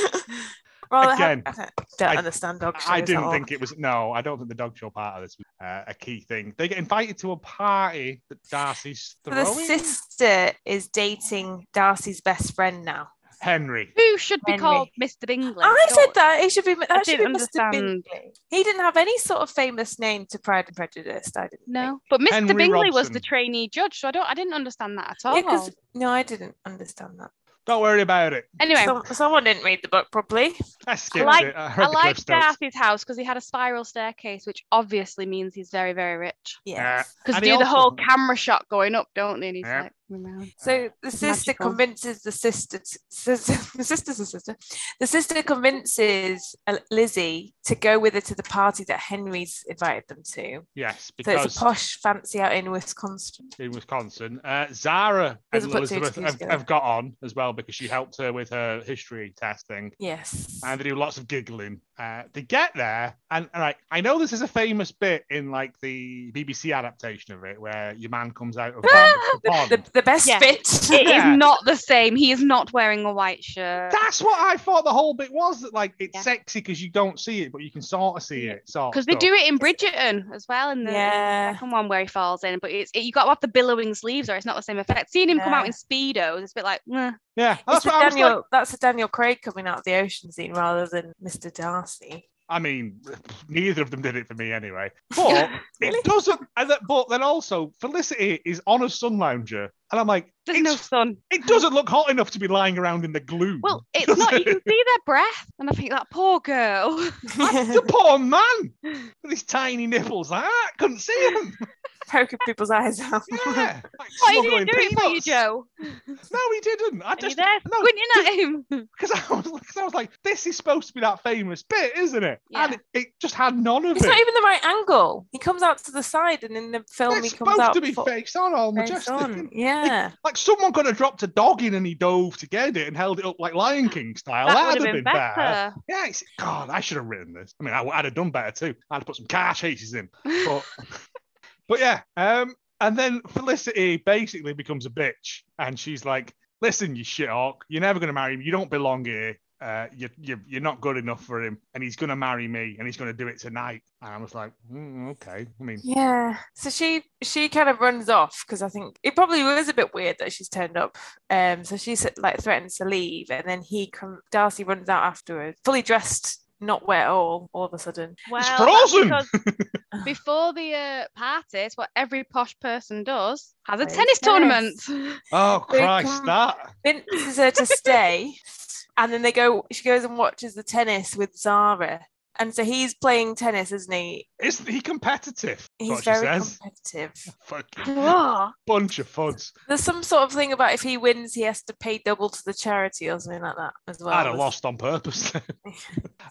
S3: well, I
S1: Again,
S3: have- I don't- don't
S1: I-
S3: understand dog shows.
S1: I
S3: at
S1: didn't
S3: all.
S1: think it was. No, I don't think the dog show part of this was uh, a key thing. They get invited to a party that Darcy's
S3: So the
S1: throwing.
S3: sister is dating Darcy's best friend now.
S1: Henry.
S2: Who should be
S3: Henry.
S2: called Mr. Bingley?
S3: I
S2: Don't-
S3: said that it should be that
S2: Oh I
S3: should be
S2: didn't
S3: Mr.
S2: understand.
S3: Bingley. He didn't have any sort of famous name to Pride and Prejudice. I didn't
S2: No, but Mr.
S1: Henry
S2: Bingley was the
S1: Robson.
S2: trainee judge, so I don't, I didn't understand that at all.
S3: think. Yeah, 'cause- no, I didn't understand that.
S1: Don't worry about it.
S2: anyway,
S3: Some- someone didn't read the book properly.
S1: I skipped
S2: like-
S1: it. I, read
S2: I
S1: the
S2: liked
S1: Cliff Notes.
S2: Darcy's house because he had a spiral staircase, which obviously means he's very, very rich.
S1: Yeah.
S2: Because
S1: And
S2: do
S1: he
S2: the
S1: also-
S2: whole camera shot going up, don't they? And he's
S1: Yeah.
S2: like, "No."
S3: So the sister
S2: Oh, magical.
S3: convinces the sister, t- sis- the sister's a sister. The sister convinces uh, Lizzie to go with her to the party that Henry's invited them to.
S1: Yes,
S3: so it's
S1: because
S3: a posh fancy out in Wisconsin.
S1: in Wisconsin, uh, Zara and
S3: Doesn't put two
S1: Elizabeth
S3: and two
S1: have,
S3: together.
S1: have got on as well because she helped her with her history testing.
S3: Yes.
S1: And they do lots of giggling. Uh, they get there, and, and I, I know this is a famous bit in like the BBC adaptation of it, where your man comes out of the pond.
S3: the, the best
S2: Yeah.
S3: bit.
S2: It is
S1: Yeah.
S2: not the same. He is not wearing a white shirt.
S1: That's what I thought the whole bit was. That like it's
S2: Yeah.
S1: sexy because you don't see it, but you can sort of see it. So
S2: Because they do it in Bridgerton as well in the
S3: yeah.
S2: second one where he falls in, but it's it, you got to have the billowing sleeves or it's not the same effect. Seeing him come out
S3: Yeah.
S2: in speedos, it's a bit like, "Meh."
S1: Yeah,
S3: It's
S1: that's
S3: the
S1: what I was
S3: Daniel,
S1: like.
S3: That's the Daniel Craig coming out of the ocean scene rather than Mr. Darcy.
S1: I mean, neither of them did it for me anyway. But it doesn't. And that, but then also, Felicity is on a sun lounger, and I'm like,
S2: there's
S1: it's-
S2: no sun.
S1: it doesn't look hot enough to be lying around in the gloom.
S2: Well, it's not. You can see their breath, and I think that poor girl.
S1: the poor man with his tiny nipples like that couldn't see him.
S3: Poking people's eyes out.
S1: Yeah, like
S2: Why did he
S1: smuggling
S2: do it for you,
S1: peanuts.
S2: Joe?
S1: No, he didn't. I
S2: Are you
S1: just
S2: there
S1: no,
S2: squinting at him?
S1: because I was because I was like, this is supposed to be that famous bit, isn't it? And
S2: Yeah.
S1: it, it just had none of
S3: It's
S1: it.
S3: not even the right angle. He comes out to the side, and in the film,
S1: it's
S3: he comes
S1: supposed
S3: out.
S1: to be
S3: full-
S1: face on, all
S3: face
S1: majestic.
S3: on. Yeah.
S1: Like someone could have dropped a dog in and he dove to get it and held it up like Lion King style.
S2: that
S1: That
S2: would
S1: would
S2: have been
S1: better.
S2: better.
S1: Yeah, it's, God, I should have written this. I mean, I, would have done better too. I'd have put some car chases in, but but yeah. Um, and then Felicity basically becomes a bitch, and she's like, "Listen, you shit hawk, you're never gonna marry him. You don't belong here. Uh, you, you you're not good enough for him, and he's gonna marry me, and he's gonna do it tonight." And I was like, mm, "Okay, I mean."
S3: Yeah. So she she kind of runs off because I think it probably was a bit weird that she's turned up. Um. So she s- like threatens to leave, and then he com- Darcy runs out after her, fully dressed, not wet at all. All of a sudden.
S2: Well,
S1: It's
S2: that's
S1: frozen.
S2: because before the uh, party, it's what every posh person does: has a
S3: Plays
S2: tennis tournament.
S1: Oh
S3: They
S1: Christ,
S3: come-
S1: that
S3: convinces her to stay, and then they go. She goes and watches the tennis with Zara, and so he's playing tennis, isn't he?
S1: isn't he competitive?
S3: He's
S1: what she
S3: very
S1: says.
S3: competitive.
S1: Fuck,
S3: Ah.
S1: bunch of fuds.
S3: There's some sort of thing about if he wins, he has to pay double to the charity or something like that as well.
S1: I'd have lost on purpose.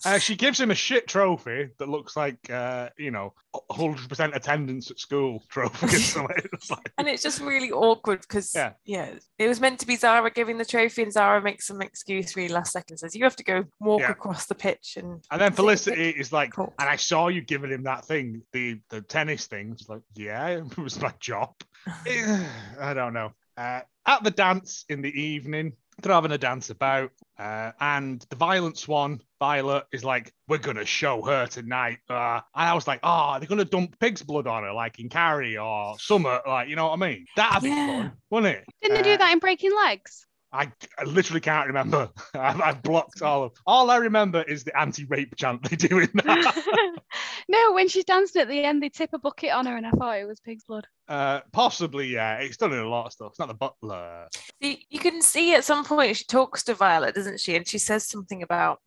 S1: uh, she gives him a shit trophy that looks like, uh, you know, 100% attendance at school trophy. or something. It's like,
S3: And it's just really awkward because yeah.
S1: Yeah.
S3: it was meant to be Zara giving the trophy, and Zara makes some excuse really last second, says you have to go walk
S1: Yeah.
S3: across the pitch and
S1: and then
S3: Is it-
S1: Felicity is like,
S3: Cool.
S1: and I saw you giving him that thing, the, the tennis thing. She's like, yeah, it was my job. Eh, I don't know. Uh, at the dance in the evening, they're having a dance about, uh, and the violent swan, Violet, is like, "We're gonna show her tonight." Uh, and I was like, "Oh, they're gonna dump pig's blood on her, like in Carrie or Summer, like you know what I mean? That'd be
S3: Yeah.
S1: fun, wouldn't it?"
S2: Didn't they
S1: Uh,
S2: do that in Breaking Legs?
S1: I, I literally can't remember. I've, I've blocked all of. All I remember is the anti-rape chant they do in that.
S2: no, when she's dancing at the end, they tip a bucket on her, and I thought it was pig's blood.
S1: uh, possibly, yeah. It's done in a lot of stuff. It's not the butler.
S3: See, you can see at some point she talks to Violet, doesn't she? And she says something about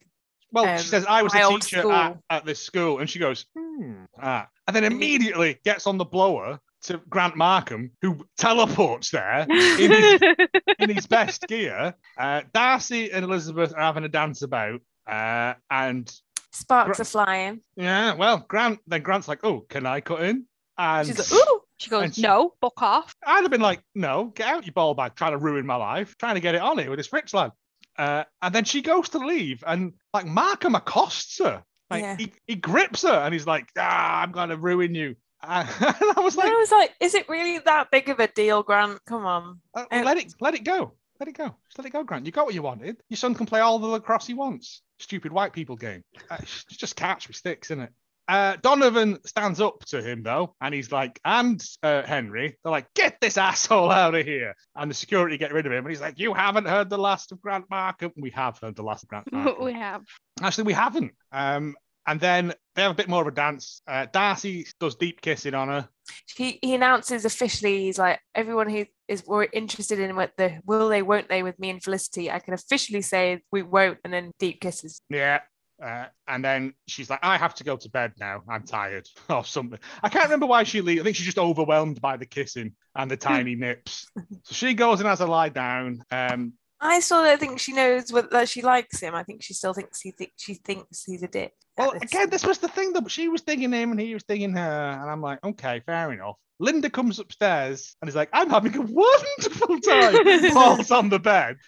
S1: Well,
S3: um,
S1: she says, I was
S3: my
S1: a
S3: old
S1: teacher at,
S3: school.
S1: at this school. And she goes, hmm. ah. And then
S3: And you-
S1: immediately gets on the blower to Grant Markham, who teleports there in his,
S2: It's
S1: in his best gear. Uh, Darcy and Elizabeth are having a dance about. Uh, and
S3: Sparks
S1: Gr-
S3: are flying.
S1: yeah, well, Grant, then Grant's like, oh, can I cut in? And
S3: She's like, ooh.
S2: she
S1: And
S2: goes,
S1: she-
S2: no, book off.
S1: I'd have been like, no, get out, you ball bag, trying to ruin my life, trying to get it on it with this rich lad. Uh, and then she goes to leave, and like Markham accosts her. Like
S3: Yeah.
S1: he, he grips her and he's like, ah, I'm going to ruin you. Uh, and I was
S3: And
S1: like,
S3: I was like, is it really that big of a deal, Grant? Come on.
S1: uh,
S3: and-
S1: let it let it go. Let it go. Just let it go, Grant. You got what you wanted. Your son can play all the lacrosse he wants. Stupid white people game. Uh, it's just catch with sticks, isn't it? Uh, Donovan stands up to him though, and he's like, and uh, Henry, they're like, get this asshole out of here. And the security get rid of him, and he's like, you haven't heard the last of Grant Markham. We have heard the last of Grant Markham.
S2: we have.
S1: Actually, we haven't. Um, and then they have a bit more of a dance. Uh, Darcy does deep kissing on her.
S3: He, he announces officially, he's like, everyone who is wor- interested in what the will they, won't they with me and Felicity, I can officially say we won't. And then deep kisses.
S1: Yeah. Uh, and then she's like, I have to go to bed now. I'm tired or something. I can't remember why she leaves. I think she's just overwhelmed by the kissing and the tiny nips. So she goes and has a lie down. Um,
S3: I still don't think she knows whether that she likes him. I think she still thinks he thi- she thinks he's a dick. at
S1: well,
S3: this.
S1: again, this was the thing that she was digging him and he was digging her. And I'm like, okay, fair enough. Linda comes upstairs and is like, I'm having a wonderful time. Paul's on the bed.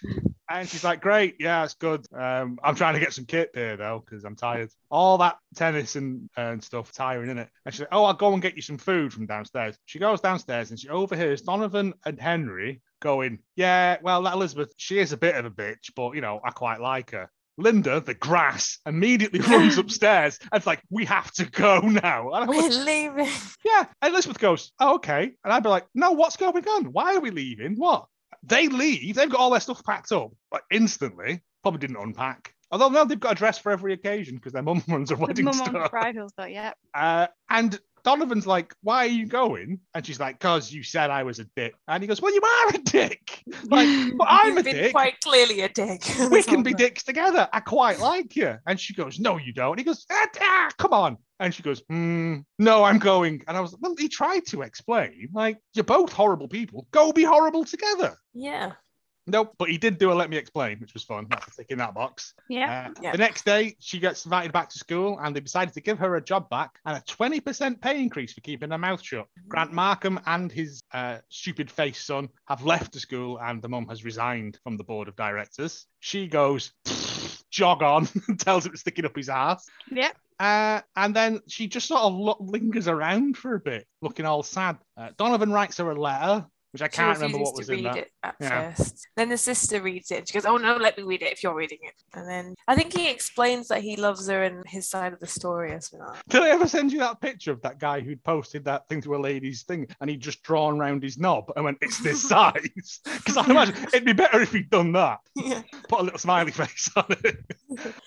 S1: And she's like, great. Yeah, it's good. Um, I'm trying to get some kit here, though, because I'm tired. All that tennis and, and stuff, tiring, isn't it? And she's like, oh, I'll go and get you some food from downstairs. She goes downstairs and she overhears Donovan and Henry going, yeah, well, that Elizabeth, she is a bit of a bitch, but, you know, I quite like her. Linda, the grass, immediately runs upstairs and's like, we have to go now. And I was,
S3: We're leaving.
S1: yeah. And Elizabeth goes, oh, okay. And I'd be like, no, what's going on? Why are we leaving? What? They leave. They've got all their stuff packed up like, instantly. Probably didn't unpack. Although, no, they've got a dress for every occasion because their mum runs a
S2: With
S1: wedding
S2: mum
S1: store.
S2: on bridal though, yeah.
S1: Uh, and Donovan's like, why are you going? And she's like, because you said I was a dick. And he goes, well, you are a dick. Like, but I'm a
S3: You've been
S1: dick.
S3: Quite clearly a dick.
S1: we can be dicks together. I quite like you. And she goes, No, you don't. And he goes, ah, ah, Come on. And she goes, mm, No, I'm going. And I was, Well, he tried to explain. Like, you're both horrible people. Go be horrible together.
S3: Yeah.
S1: Nope. But he did do a let me explain, which was fun. That's a tick in that box.
S2: Yeah.
S1: Uh,
S3: Yeah.
S1: The next day, she gets invited back to school, and they decided to give her a job back and a 20% pay increase for keeping her mouth shut. Grant Markham and his uh, stupid face son have left the school, and the mum has resigned from the board of directors. She goes, jog on, and tells him to stick it up his ass.
S2: Yep.
S1: Uh, and then she just sort of lo- lingers around for a bit, looking all sad. Uh, Donovan writes her a letter, which I
S3: She
S1: can't remember
S3: refuses
S1: what
S3: to
S1: was in
S3: read
S1: that.
S3: it at
S1: Yeah.
S3: first. Then the sister reads it. She goes, "Oh no, let me read it if you're reading it." And then I think he explains that he loves her and his side of the story as well.
S1: Did I ever send you that picture of that guy who'd posted that thing to a lady's thing and he'd just drawn round his knob and went, it's this size? Because I imagine it'd be better if he'd done that.
S3: Yeah.
S1: Put a little smiley face on it.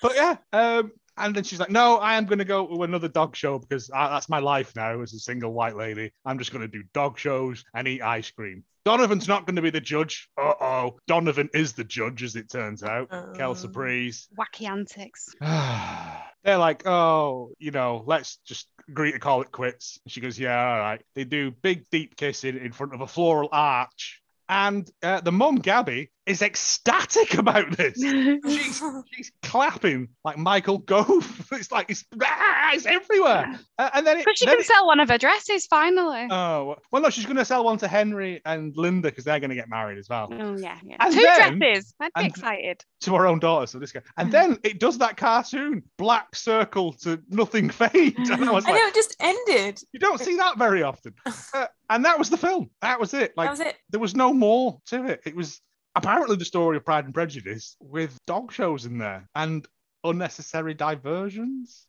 S1: but yeah, um, and then she's like, no, I am going to go to another dog show because uh that's my life now as a single white lady. I'm just going to do dog shows and eat ice cream. Donovan's not going to be the judge. Uh oh. Donovan is the judge, as it turns out.
S3: Um,
S1: Kelsa Breeze
S2: Wacky antics.
S1: they're like, oh, you know, let's just agree to call it quits. She goes, yeah, all right. They do big, deep kissing in front of a floral arch. And uh, the mum, Gabby, is ecstatic about this. She's, she's clapping like Michael Gove. It's like, it's, ah, it's everywhere. Uh, and then it,
S2: But she
S1: then
S2: can
S1: it-
S2: sell one of her dresses finally.
S1: Oh, well, no, she's going to sell one to Henry and Linda because they're going to get married as well.
S2: oh yeah, yeah.
S1: and
S2: Two
S1: then-
S2: dresses. I'd be
S1: and-
S2: excited.
S1: to her own daughter. So this guy,
S2: Hmm.
S1: and then it does that cartoon black circle to nothing fade. And I was
S3: I know
S1: like,
S3: it just ended.
S1: you don't see that very often. Uh, and that was the film. That was it. Like
S3: that was it.
S1: there was no more to it. It was apparently the story of Pride and Prejudice with dog shows in there and unnecessary diversions.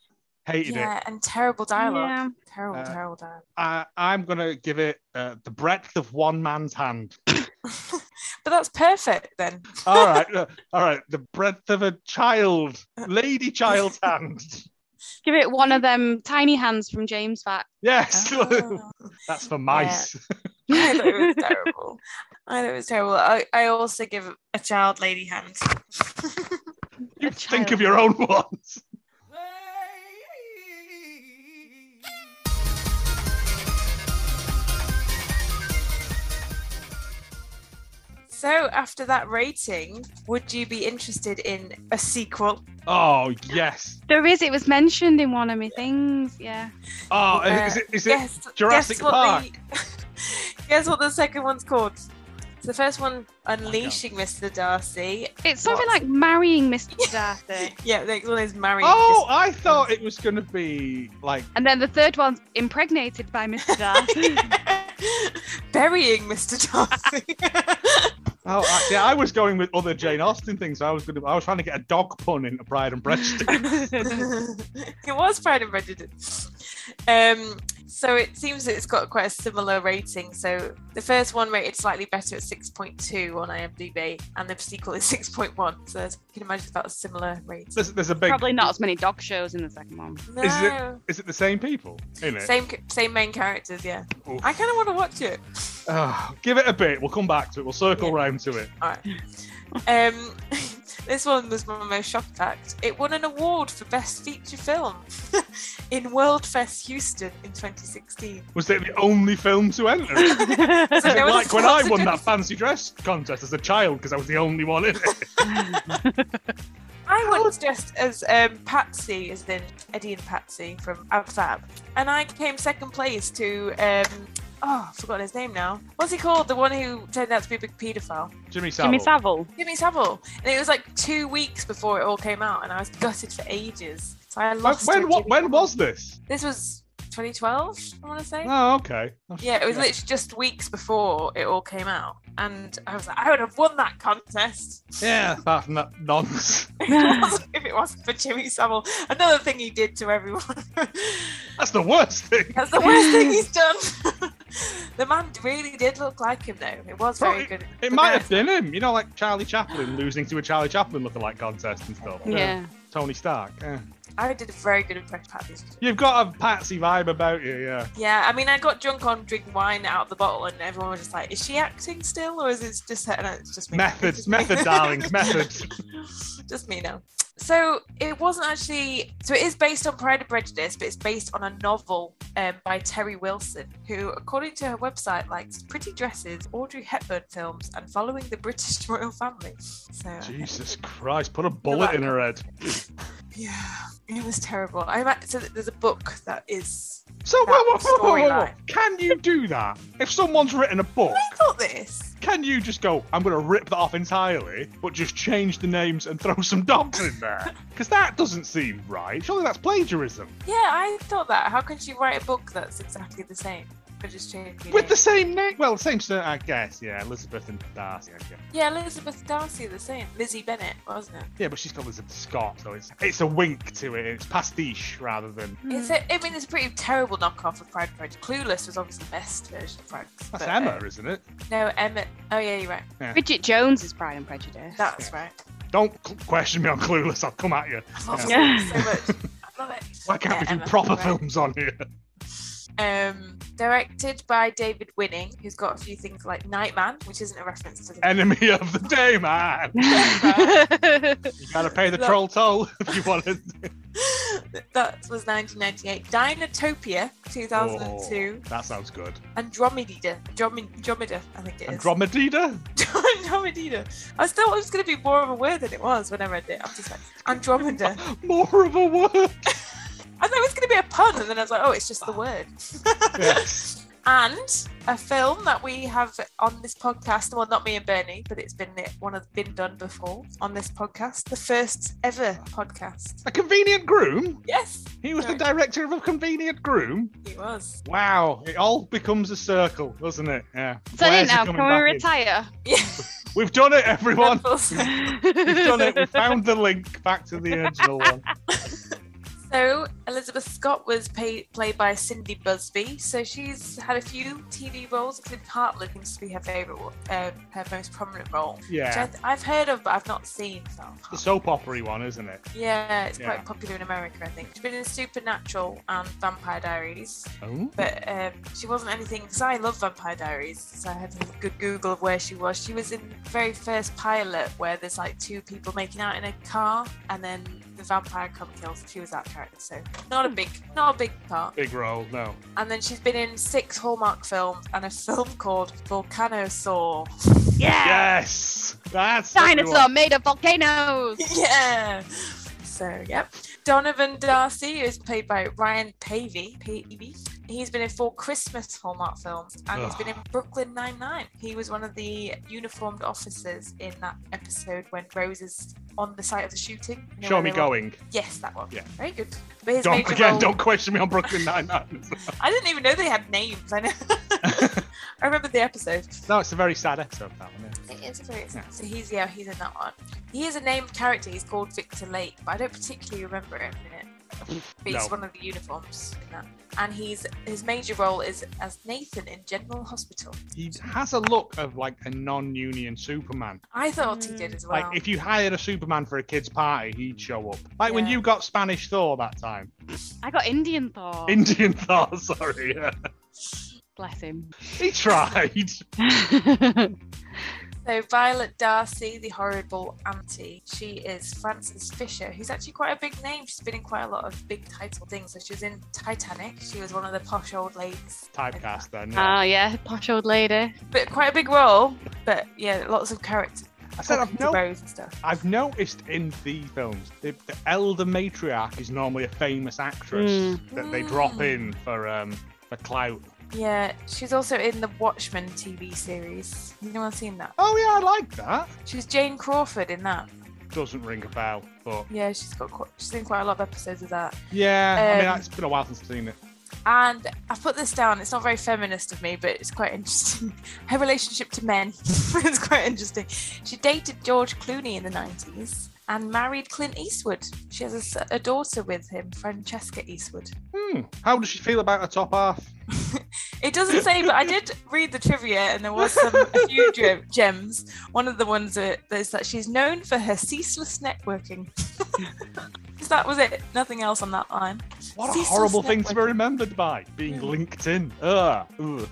S1: Hated it.
S3: Yeah, and terrible dialogue.
S2: Yeah.
S3: Terrible,
S1: Uh,
S3: terrible dialogue.
S1: I, I'm gonna give it uh, the breadth of one man's hand.
S3: But that's perfect then.
S1: All right, uh, all right, the breadth of a child, lady child's hand.
S2: Give it one of them tiny hands from James Fat.
S1: Yes,
S3: Oh.
S1: that's for mice.
S3: I thought it was terrible. I thought it was terrible. I, I also give a child lady hand.
S1: You
S2: a
S1: think of
S2: child.
S1: your own ones.
S3: So after that rating, would you be interested in a sequel?
S1: Oh yes.
S2: There is. It was mentioned in one of my things. Yeah.
S1: Oh,
S3: Uh,
S1: is it? Is it?
S3: Yes.
S1: Jurassic Park?
S3: The, guess what the second one's called? So the first
S1: Oh
S3: one, Unleashing Mr. Darcy.
S2: It's something
S3: What?
S2: like marrying Mr. Darcy.
S3: Yeah, the next one is Married.
S1: Oh, I thought it was going to be like.
S2: And then the third one's impregnated by Mr. Darcy.
S3: Burying Mr. Darcy.
S1: Oh, I, yeah, I was going with other Jane Austen things. I was going to. I was trying to get a dog pun into Pride and Prejudice.
S3: it was Pride and Prejudice. Um, so it seems that it's got quite a similar rating. So the first one rated slightly better at 6.2 on IMDb, and the sequel is 6.1. So as you can imagine, it's about a similar rating.
S1: There's, there's a big.
S2: Probably not as many dog shows in the second one.
S3: No.
S1: Is it- Is it the same people? In it.
S3: Same, ca- same main characters, yeah.
S1: Oof.
S3: I kind of want to watch it.
S1: Ah, give it a bit. We'll come back to it. We'll circle
S3: Yeah.
S1: round to it.
S3: Um, this one was my most shocked at. It won an award for Best Feature Film in World Fest Houston in 2016.
S1: Was it the only film to enter? Is
S3: So
S1: it
S3: there was a
S1: like when I
S3: sponsored
S1: won that
S3: dress-
S1: fancy dress contest as a child because I was the only one in it.
S3: I was dressed as um, Patsy, as in Eddie and Patsy from Ab Fab, and I came second place to. Um, oh, I've forgotten his name now. What's he called? The one who turned out to be a big paedophile.
S1: Jimmy Savile.
S2: Jimmy Savile.
S3: Jimmy Savile. And it was like two weeks before it all came out, and I was gutted for ages. So I
S1: Uh, When,
S3: lost.
S1: when,
S3: to
S1: what,
S3: Jimmy
S1: when
S3: Savile.
S1: was this?
S3: This was 2012, I want to say.
S1: Oh, okay.
S3: Yeah, it was literally just weeks before it all came out. And I was like, I would have won that contest
S1: Yeah, apart from that nonsense.
S3: if it wasn't for Jimmy Savile. Another thing he did to everyone.
S1: That's the worst thing.
S3: That's the worst thing he's done. the man really did look like him, though. It was very
S1: Well,
S3: good.
S1: It might have been him, you know, like Charlie Chaplin losing to a Charlie Chaplin lookalike contest and stuff.
S2: Yeah.
S1: Tony Stark. Yeah.
S3: I did a very good impression of Patsy.
S1: You've got a Patsy vibe about you, yeah.
S3: Yeah, I mean, I got drunk on drinking wine out of the bottle, and everyone was just like, "Is she acting still, or is it just her?" No, it's just me.
S1: Methods,
S3: It's just me.
S1: method, darlings, methods.
S3: just me now. So it wasn't actually. So it is based on Pride and Prejudice, but it's based on a novel um, by Terry Wilson, who, according to her website, likes pretty dresses, Audrey Hepburn films, and following the British royal family. So I
S1: Jesus Christ, put a bullet in her head.
S3: Yeah, it was terrible. I ima- so th- there's a book that is.
S1: So,
S3: That
S1: whoa, whoa, whoa, whoa, whoa, whoa.
S3: storyline.
S1: can you do that? If someone's written a book,
S3: I thought this.
S1: can you just go, I'm going to rip that off entirely, but just change the names and throw some dogs in there? Because that doesn't seem right. Surely that's plagiarism.
S3: Yeah, I thought that. How can she write a book that's exactly the same? But just change the
S1: With
S3: name.
S1: the same name? Well, same, sir, I guess. Yeah, Elizabeth and Darcy, I guess.
S3: Yeah, Elizabeth Darcy the same. Lizzie Bennett, wasn't it?
S1: Yeah, but she's got Elizabeth Scott, so it's it's a wink to it. It's pastiche rather than.
S3: It's a, I mean, it's a pretty terrible knockoff of Pride and Prejudice. Clueless was obviously the best version of Pride.
S1: That's
S3: but, uh,
S1: Emma, isn't it?
S3: no, Emma. Oh yeah, you're right.
S2: Bridget Jones is Pride and Prejudice.
S3: That's right.
S1: Don't c- question me on Clueless. I'll come at you.
S3: I love
S2: Yeah.
S3: it so much. I love it.
S1: Why can't we
S3: Yeah,
S1: do
S3: Emma,
S1: proper
S3: right.
S1: films on here?
S3: Um, directed by David Winning, who's got a few things like Nightman, which isn't a reference to the
S1: Enemy of the day, man. You gotta pay the
S3: Look.
S1: troll toll if you want to.
S3: that was 1998. Dinotopia, 2002.
S1: Oh, that sounds good.
S3: Andromeda, Andromeda, Andromeda, I think it is.
S1: Andromedida?
S3: Andromeda. I still it was going to be more of a word than it was when I read it. I'm just like Andromeda.
S1: More of a word.
S3: I thought it was going to be a pun, and then I was like, oh, it's just the word.
S1: Yes.
S3: and a film that we have on this podcast. Well, not me and Bernie, but it's been one of been done before on this podcast. The first ever podcast.
S1: A convenient groom?
S3: Yes,
S1: He was the
S3: Sorry.
S1: director of a convenient groom.
S3: it was.
S1: Wow, it all becomes a circle, doesn't it? Yeah.
S2: so
S1: Players are
S2: now,
S1: coming
S2: can we
S1: back in.
S2: retire?
S3: Yeah.
S1: We've done it, everyone. We've done it. We
S2: We've
S1: found the link back to the original one.
S3: So Elizabeth Scott was pay- played by Cindy Busby. So she's had a few TV roles, including Heartland seems to be her favorite, one- um, her most prominent role. Which I
S1: Yeah.
S3: th- I've heard of, but I've not seen. So.
S1: The soap opery one, isn't it?
S3: Yeah, it's
S1: Yeah.
S3: quite popular in America, I think. She's been in Supernatural and Vampire Diaries,
S1: Oh.
S3: but um, she wasn't anything. Because I love Vampire Diaries, so I had a good Google of where she was. She was in the very first pilot where there's like two people making out in a car, and then the vampire comes and kills. She was that character, so not a big, not a big part.
S1: Big role, no.
S3: And then she's been in six Hallmark films and a film called Volcanosaur.
S2: Yeah.
S1: Yes, that's the new
S2: Dinosaur
S1: one.
S2: made of volcanoes.
S3: yeah. So, yep. Donovan Darcy is played by Ryan Pavey. Pavey. E. He's been in four Christmas Hallmark films and he's been in Brooklyn Nine-Nine. He was one of the uniformed officers in that episode when Rose is on the site of the shooting. You know,
S1: Show
S3: where
S1: me
S3: they were-
S1: going.
S3: Yes, that one.
S1: Yeah.
S3: Very good. But his
S1: Don't
S3: major
S1: again.
S3: role-
S1: Don't question me on Brooklyn Nine Nine.
S3: I didn't even know they had names. I know. I remember the episode.
S1: no, it's a very sad episode. That one. yeah.
S3: It is very
S1: Yeah.
S3: So he's yeah, he's in that one. He is a named character. He's called Victor Lake, but I don't particularly remember him in it. But he's
S1: No.
S3: one of the uniforms in that. And he's his major role is as Nathan in General Hospital.
S1: He has a look of like a non-union Superman.
S3: I thought he
S2: Mm.
S3: did as well.
S1: Like if you hired a Superman for a kid's party, he'd show up. Like when
S3: Yeah.
S1: you got Spanish Thor that time,
S2: I got Indian
S3: Oh.
S2: Thor.
S1: Indian Thor. Sorry, yeah.
S2: Bless him. Ah,
S1: he tried.
S3: So Violet Darcy, the horrible auntie, she is Frances Fisher, who's actually quite a big name. She's been in quite a lot of big title things. So she was in Titanic. She was one of the posh old ladies.
S1: Typecast then. yeah.
S3: Uh,
S2: Ah, yeah, posh old lady.
S3: But quite a big role. But yeah, lots of characters.
S1: I said
S3: talking
S1: I've
S3: to
S1: no
S3: Rose and stuff.
S1: I've noticed in the films, the, the elder matriarch is normally a famous actress
S2: Mm.
S1: that they drop
S3: Mm.
S1: in for um for clout.
S3: Yeah, she's also in the Watchmen TV series. Anyone seen that?
S1: Oh yeah, I like that.
S3: She's Jane Crawford in that.
S1: Doesn't ring a bell, but
S3: Yeah, she's got quite, she's in quite a lot of episodes of that.
S1: yeah, I
S3: Um,
S1: mean it's been a while since I've seen it.
S3: And I put this down. It's not very feminist of me, but it's quite interesting. Her relationship to men is quite interesting. She dated George Clooney in the nineties and married Clint Eastwood. She has a s- a, daughter with him, Francesca Eastwood.
S1: Hmm. How does she feel about her top half?
S3: It doesn't say, but I did read the trivia, and there was some a few gem- gems. One of the ones that is that she's known for her ceaseless networking. Just that was it. Nothing else on that line.
S1: What a
S3: Ceaseless
S1: horrible thing to be
S3: networking.
S1: remembered by being
S3: Mm.
S1: linked in. Ugh. Ugh.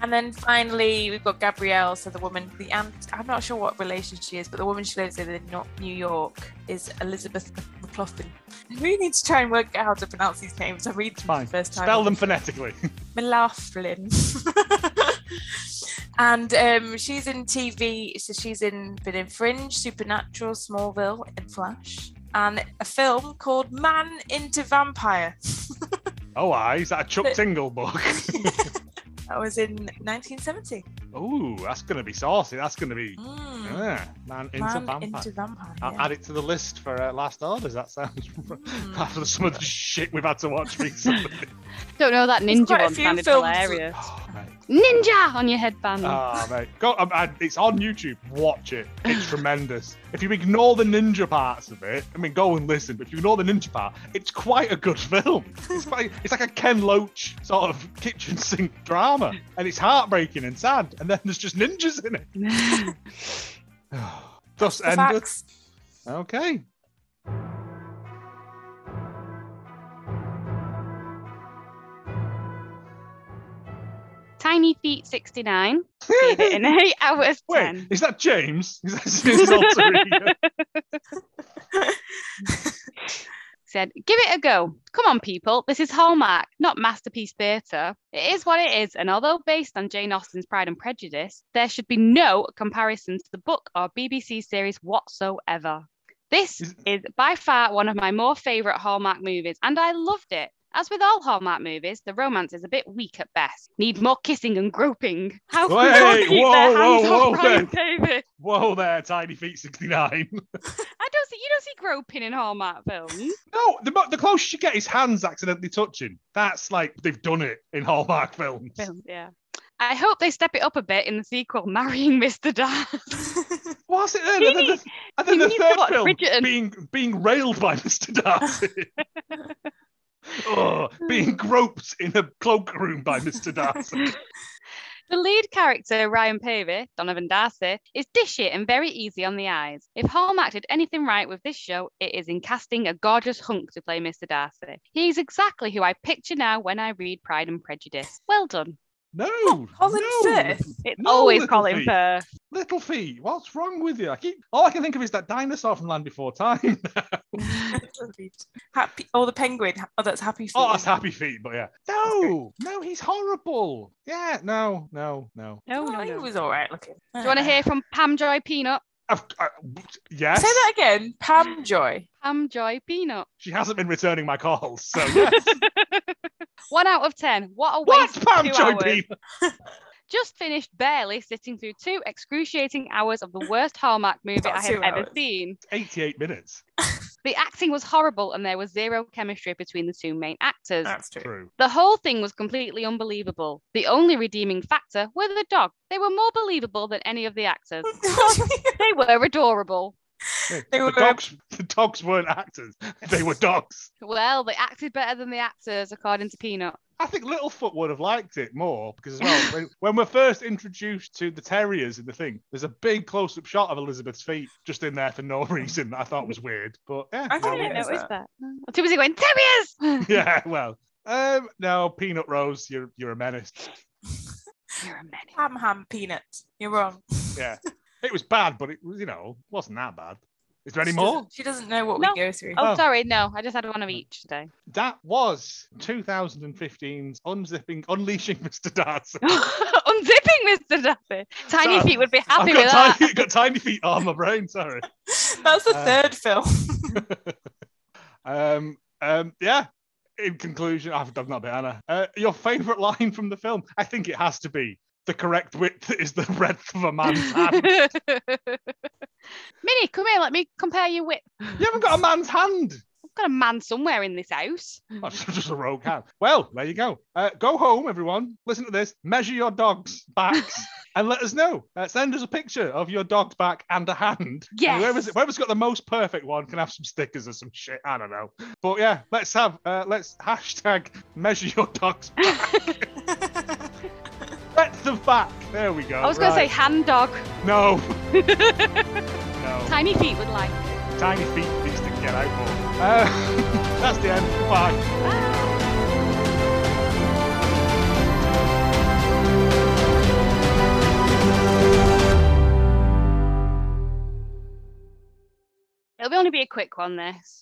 S3: And then finally, we've got Gabrielle, so the woman, the aunt. I'm not sure what relation she is, but the woman she lives with in Nor- New York is Elizabeth McLaughlin. I really need to try and work out how to pronounce these names. I read them
S1: Fine.
S3: for the first time.
S1: Spell them phonetically.
S3: McLaughlin. and um, she's in TV, so she's in been in Fringe, Supernatural, Smallville, and Flash, and a film called Man into Vampire.
S1: oh, aye. Is that a Chuck
S3: But-
S1: Tingle book?
S3: That was in 1970.
S1: Ooh, that's going to be saucy. That's going to be.
S3: Mm.
S1: Yeah, man, into
S3: Man
S1: vampire. Ah,
S3: into Vampire.
S1: I'll
S3: yeah.
S1: add it to the list for uh, last orders. That sounds
S3: Mm.
S1: after some of the shit we've had to watch recently.
S2: Don't know that ninja
S3: quite a
S2: one
S3: few
S2: sounded
S3: films that-
S2: hilarious.
S1: oh, mate.
S2: Ninja on your headband.
S1: Ah, mate. Go, um, uh, it's on YouTube. Watch it. It's tremendous. If you ignore the ninja parts of it, I mean, go and listen. But if you ignore the ninja part, it's quite a good film. It's, quite, it's like a Ken Loach sort of kitchen sink drama, and it's heartbreaking and sad. And then there's just ninjas in it. Thus
S3: The
S1: ended.
S3: facts.
S1: Okay.
S2: Tiny Feet 69 did it in 8 hours
S1: Wait,
S2: 10.
S1: is that James? Is that his alter ego?
S2: Said, give it a go. Come on, people. This is Hallmark, not Masterpiece Theatre. It is what it is, and although based on Jane Austen's Pride and Prejudice, there should be no comparison to the book or BBC series whatsoever. This
S1: Is-
S2: is by far one of my more favourite Hallmark movies, and I loved it. As with all Hallmark movies, the romance is a bit weak at best. Need more kissing and groping. How can
S1: Wait,
S2: they keep
S1: whoa,
S2: their
S1: whoa,
S2: hands
S1: whoa,
S2: on Ryan Davis?
S1: Whoa there, Tiny Feet 69.
S2: I don't see you don't see groping in Hallmark films.
S1: No, the, mo- the closest you get is hands accidentally touching. That's like they've done it in Hallmark films.
S2: films, yeah. I hope they step it up a bit in the sequel, marrying Mr. Darcy.
S1: What's it then?
S2: He
S1: And then,
S2: needs-
S1: the, and then
S2: he
S1: the
S2: needs to
S1: third
S2: watch
S1: film
S2: Bridgerton.
S1: being being railed by Mr. Darcy. oh, being groped in a cloakroom by Mr. Darcy.
S2: the lead character, Ryan Pavey, Donovan Darcy, is dishy and very easy on the eyes. If Hallmark did anything right with this show, it is in casting a gorgeous hunk to play Mr. Darcy. He's exactly who I picture now when I read Pride and Prejudice. Well done.
S1: No.
S3: Colin
S1: no.
S3: Firth.
S2: It's
S1: No,
S2: always
S1: Little
S2: Colin
S1: Feet.
S2: Firth.
S1: Little feet. What's wrong with you? I keep all I can think of is that dinosaur from Land Before Time.
S3: happy or the penguin. Oh, that's happy feet.
S1: oh, that's happy feet, but yeah. No, no, he's horrible. Yeah, no, no, no.
S2: No,
S3: Oh,
S2: no,
S3: he
S2: no.
S3: was all right looking.
S2: Do you want to hear from Pam Joy Peanut?
S1: I've, I, uh, yes.
S3: Say that again, Pam Joy.
S2: Pam Joy Peanut.
S1: She hasn't been returning my calls, so yes.
S2: One out of ten. What a
S1: What's
S2: waste. of
S1: Pam
S2: two
S1: Joy
S2: hours.
S1: Peanut?
S2: Just finished barely sitting through two excruciating hours of the worst Hallmark movie
S3: Not
S2: I have
S3: two
S2: ever
S3: hours.
S2: seen.
S1: 88 minutes.
S2: The acting was horrible and there was zero chemistry between the two main actors.
S3: That's true.
S1: True.
S2: The whole thing was completely unbelievable. The only redeeming factor were the dog. They were more believable than any of the actors. they were adorable.
S3: They
S1: the
S3: were-
S1: dogs the dogs weren't actors. They were dogs.
S2: Well, they acted better than the actors, according to Peanut.
S1: I think Littlefoot would have liked it more because, as well, when, when we're first introduced to the terriers in the thing, there's a big close up shot of Elizabeth's feet just in there for no reason that I thought was weird. But yeah,
S3: I
S1: no,
S3: didn't
S1: we-
S3: notice
S2: that. I'm too busy going, Terriers!
S1: yeah, well, um, no, Peanut Rose, you're you're a menace.
S2: You're a menace.
S3: ham ham peanut. You're wrong.
S1: Yeah, it was bad, but it was you know wasn't that bad. Is there any
S3: She
S1: more?
S3: doesn't- She doesn't know what
S2: No.
S3: we go through.
S2: Oh,
S1: Oh.
S2: sorry, no, I just had one of each today.
S1: That was 2015's unzipping, unleashing Mr. Darcy.
S2: Unzipping Mr. Duffy. Tiny
S1: Sorry.
S2: Feet would be
S1: I've
S2: happy with
S1: got
S2: that.
S1: tiny, got tiny feet on my brain. Sorry.
S3: That's the
S1: Uh,
S3: third film.
S1: um, um, yeah. In conclusion, I've, I've not been Anna. Uh, your favourite line from the film? I think it has to be the correct width is the breadth of a man's hand.
S2: Minnie, come here, let me compare you with.
S1: you haven't got a man's hand.
S2: I've got a man somewhere in this house.
S1: That's just a rogue hand. Well, there you go. Uh, go home, everyone. Listen to this. Measure your dog's backs and let us know. Uh, send us a picture of your dog's back and a hand.
S2: Yes.
S1: And Whoever's, whoever's got the most perfect one can have some stickers or some shit. I don't know. But yeah, let's have, uh, let's hashtag measure your dog's breadth of back. There we go.
S2: I was going to say
S1: Right.
S2: hand dog.
S1: no. no.
S2: Tiny Feet would like. it.
S1: Tiny feet needs to get out more. Uh, that's the end. Goodbye.
S2: It'll only be a quick one, this.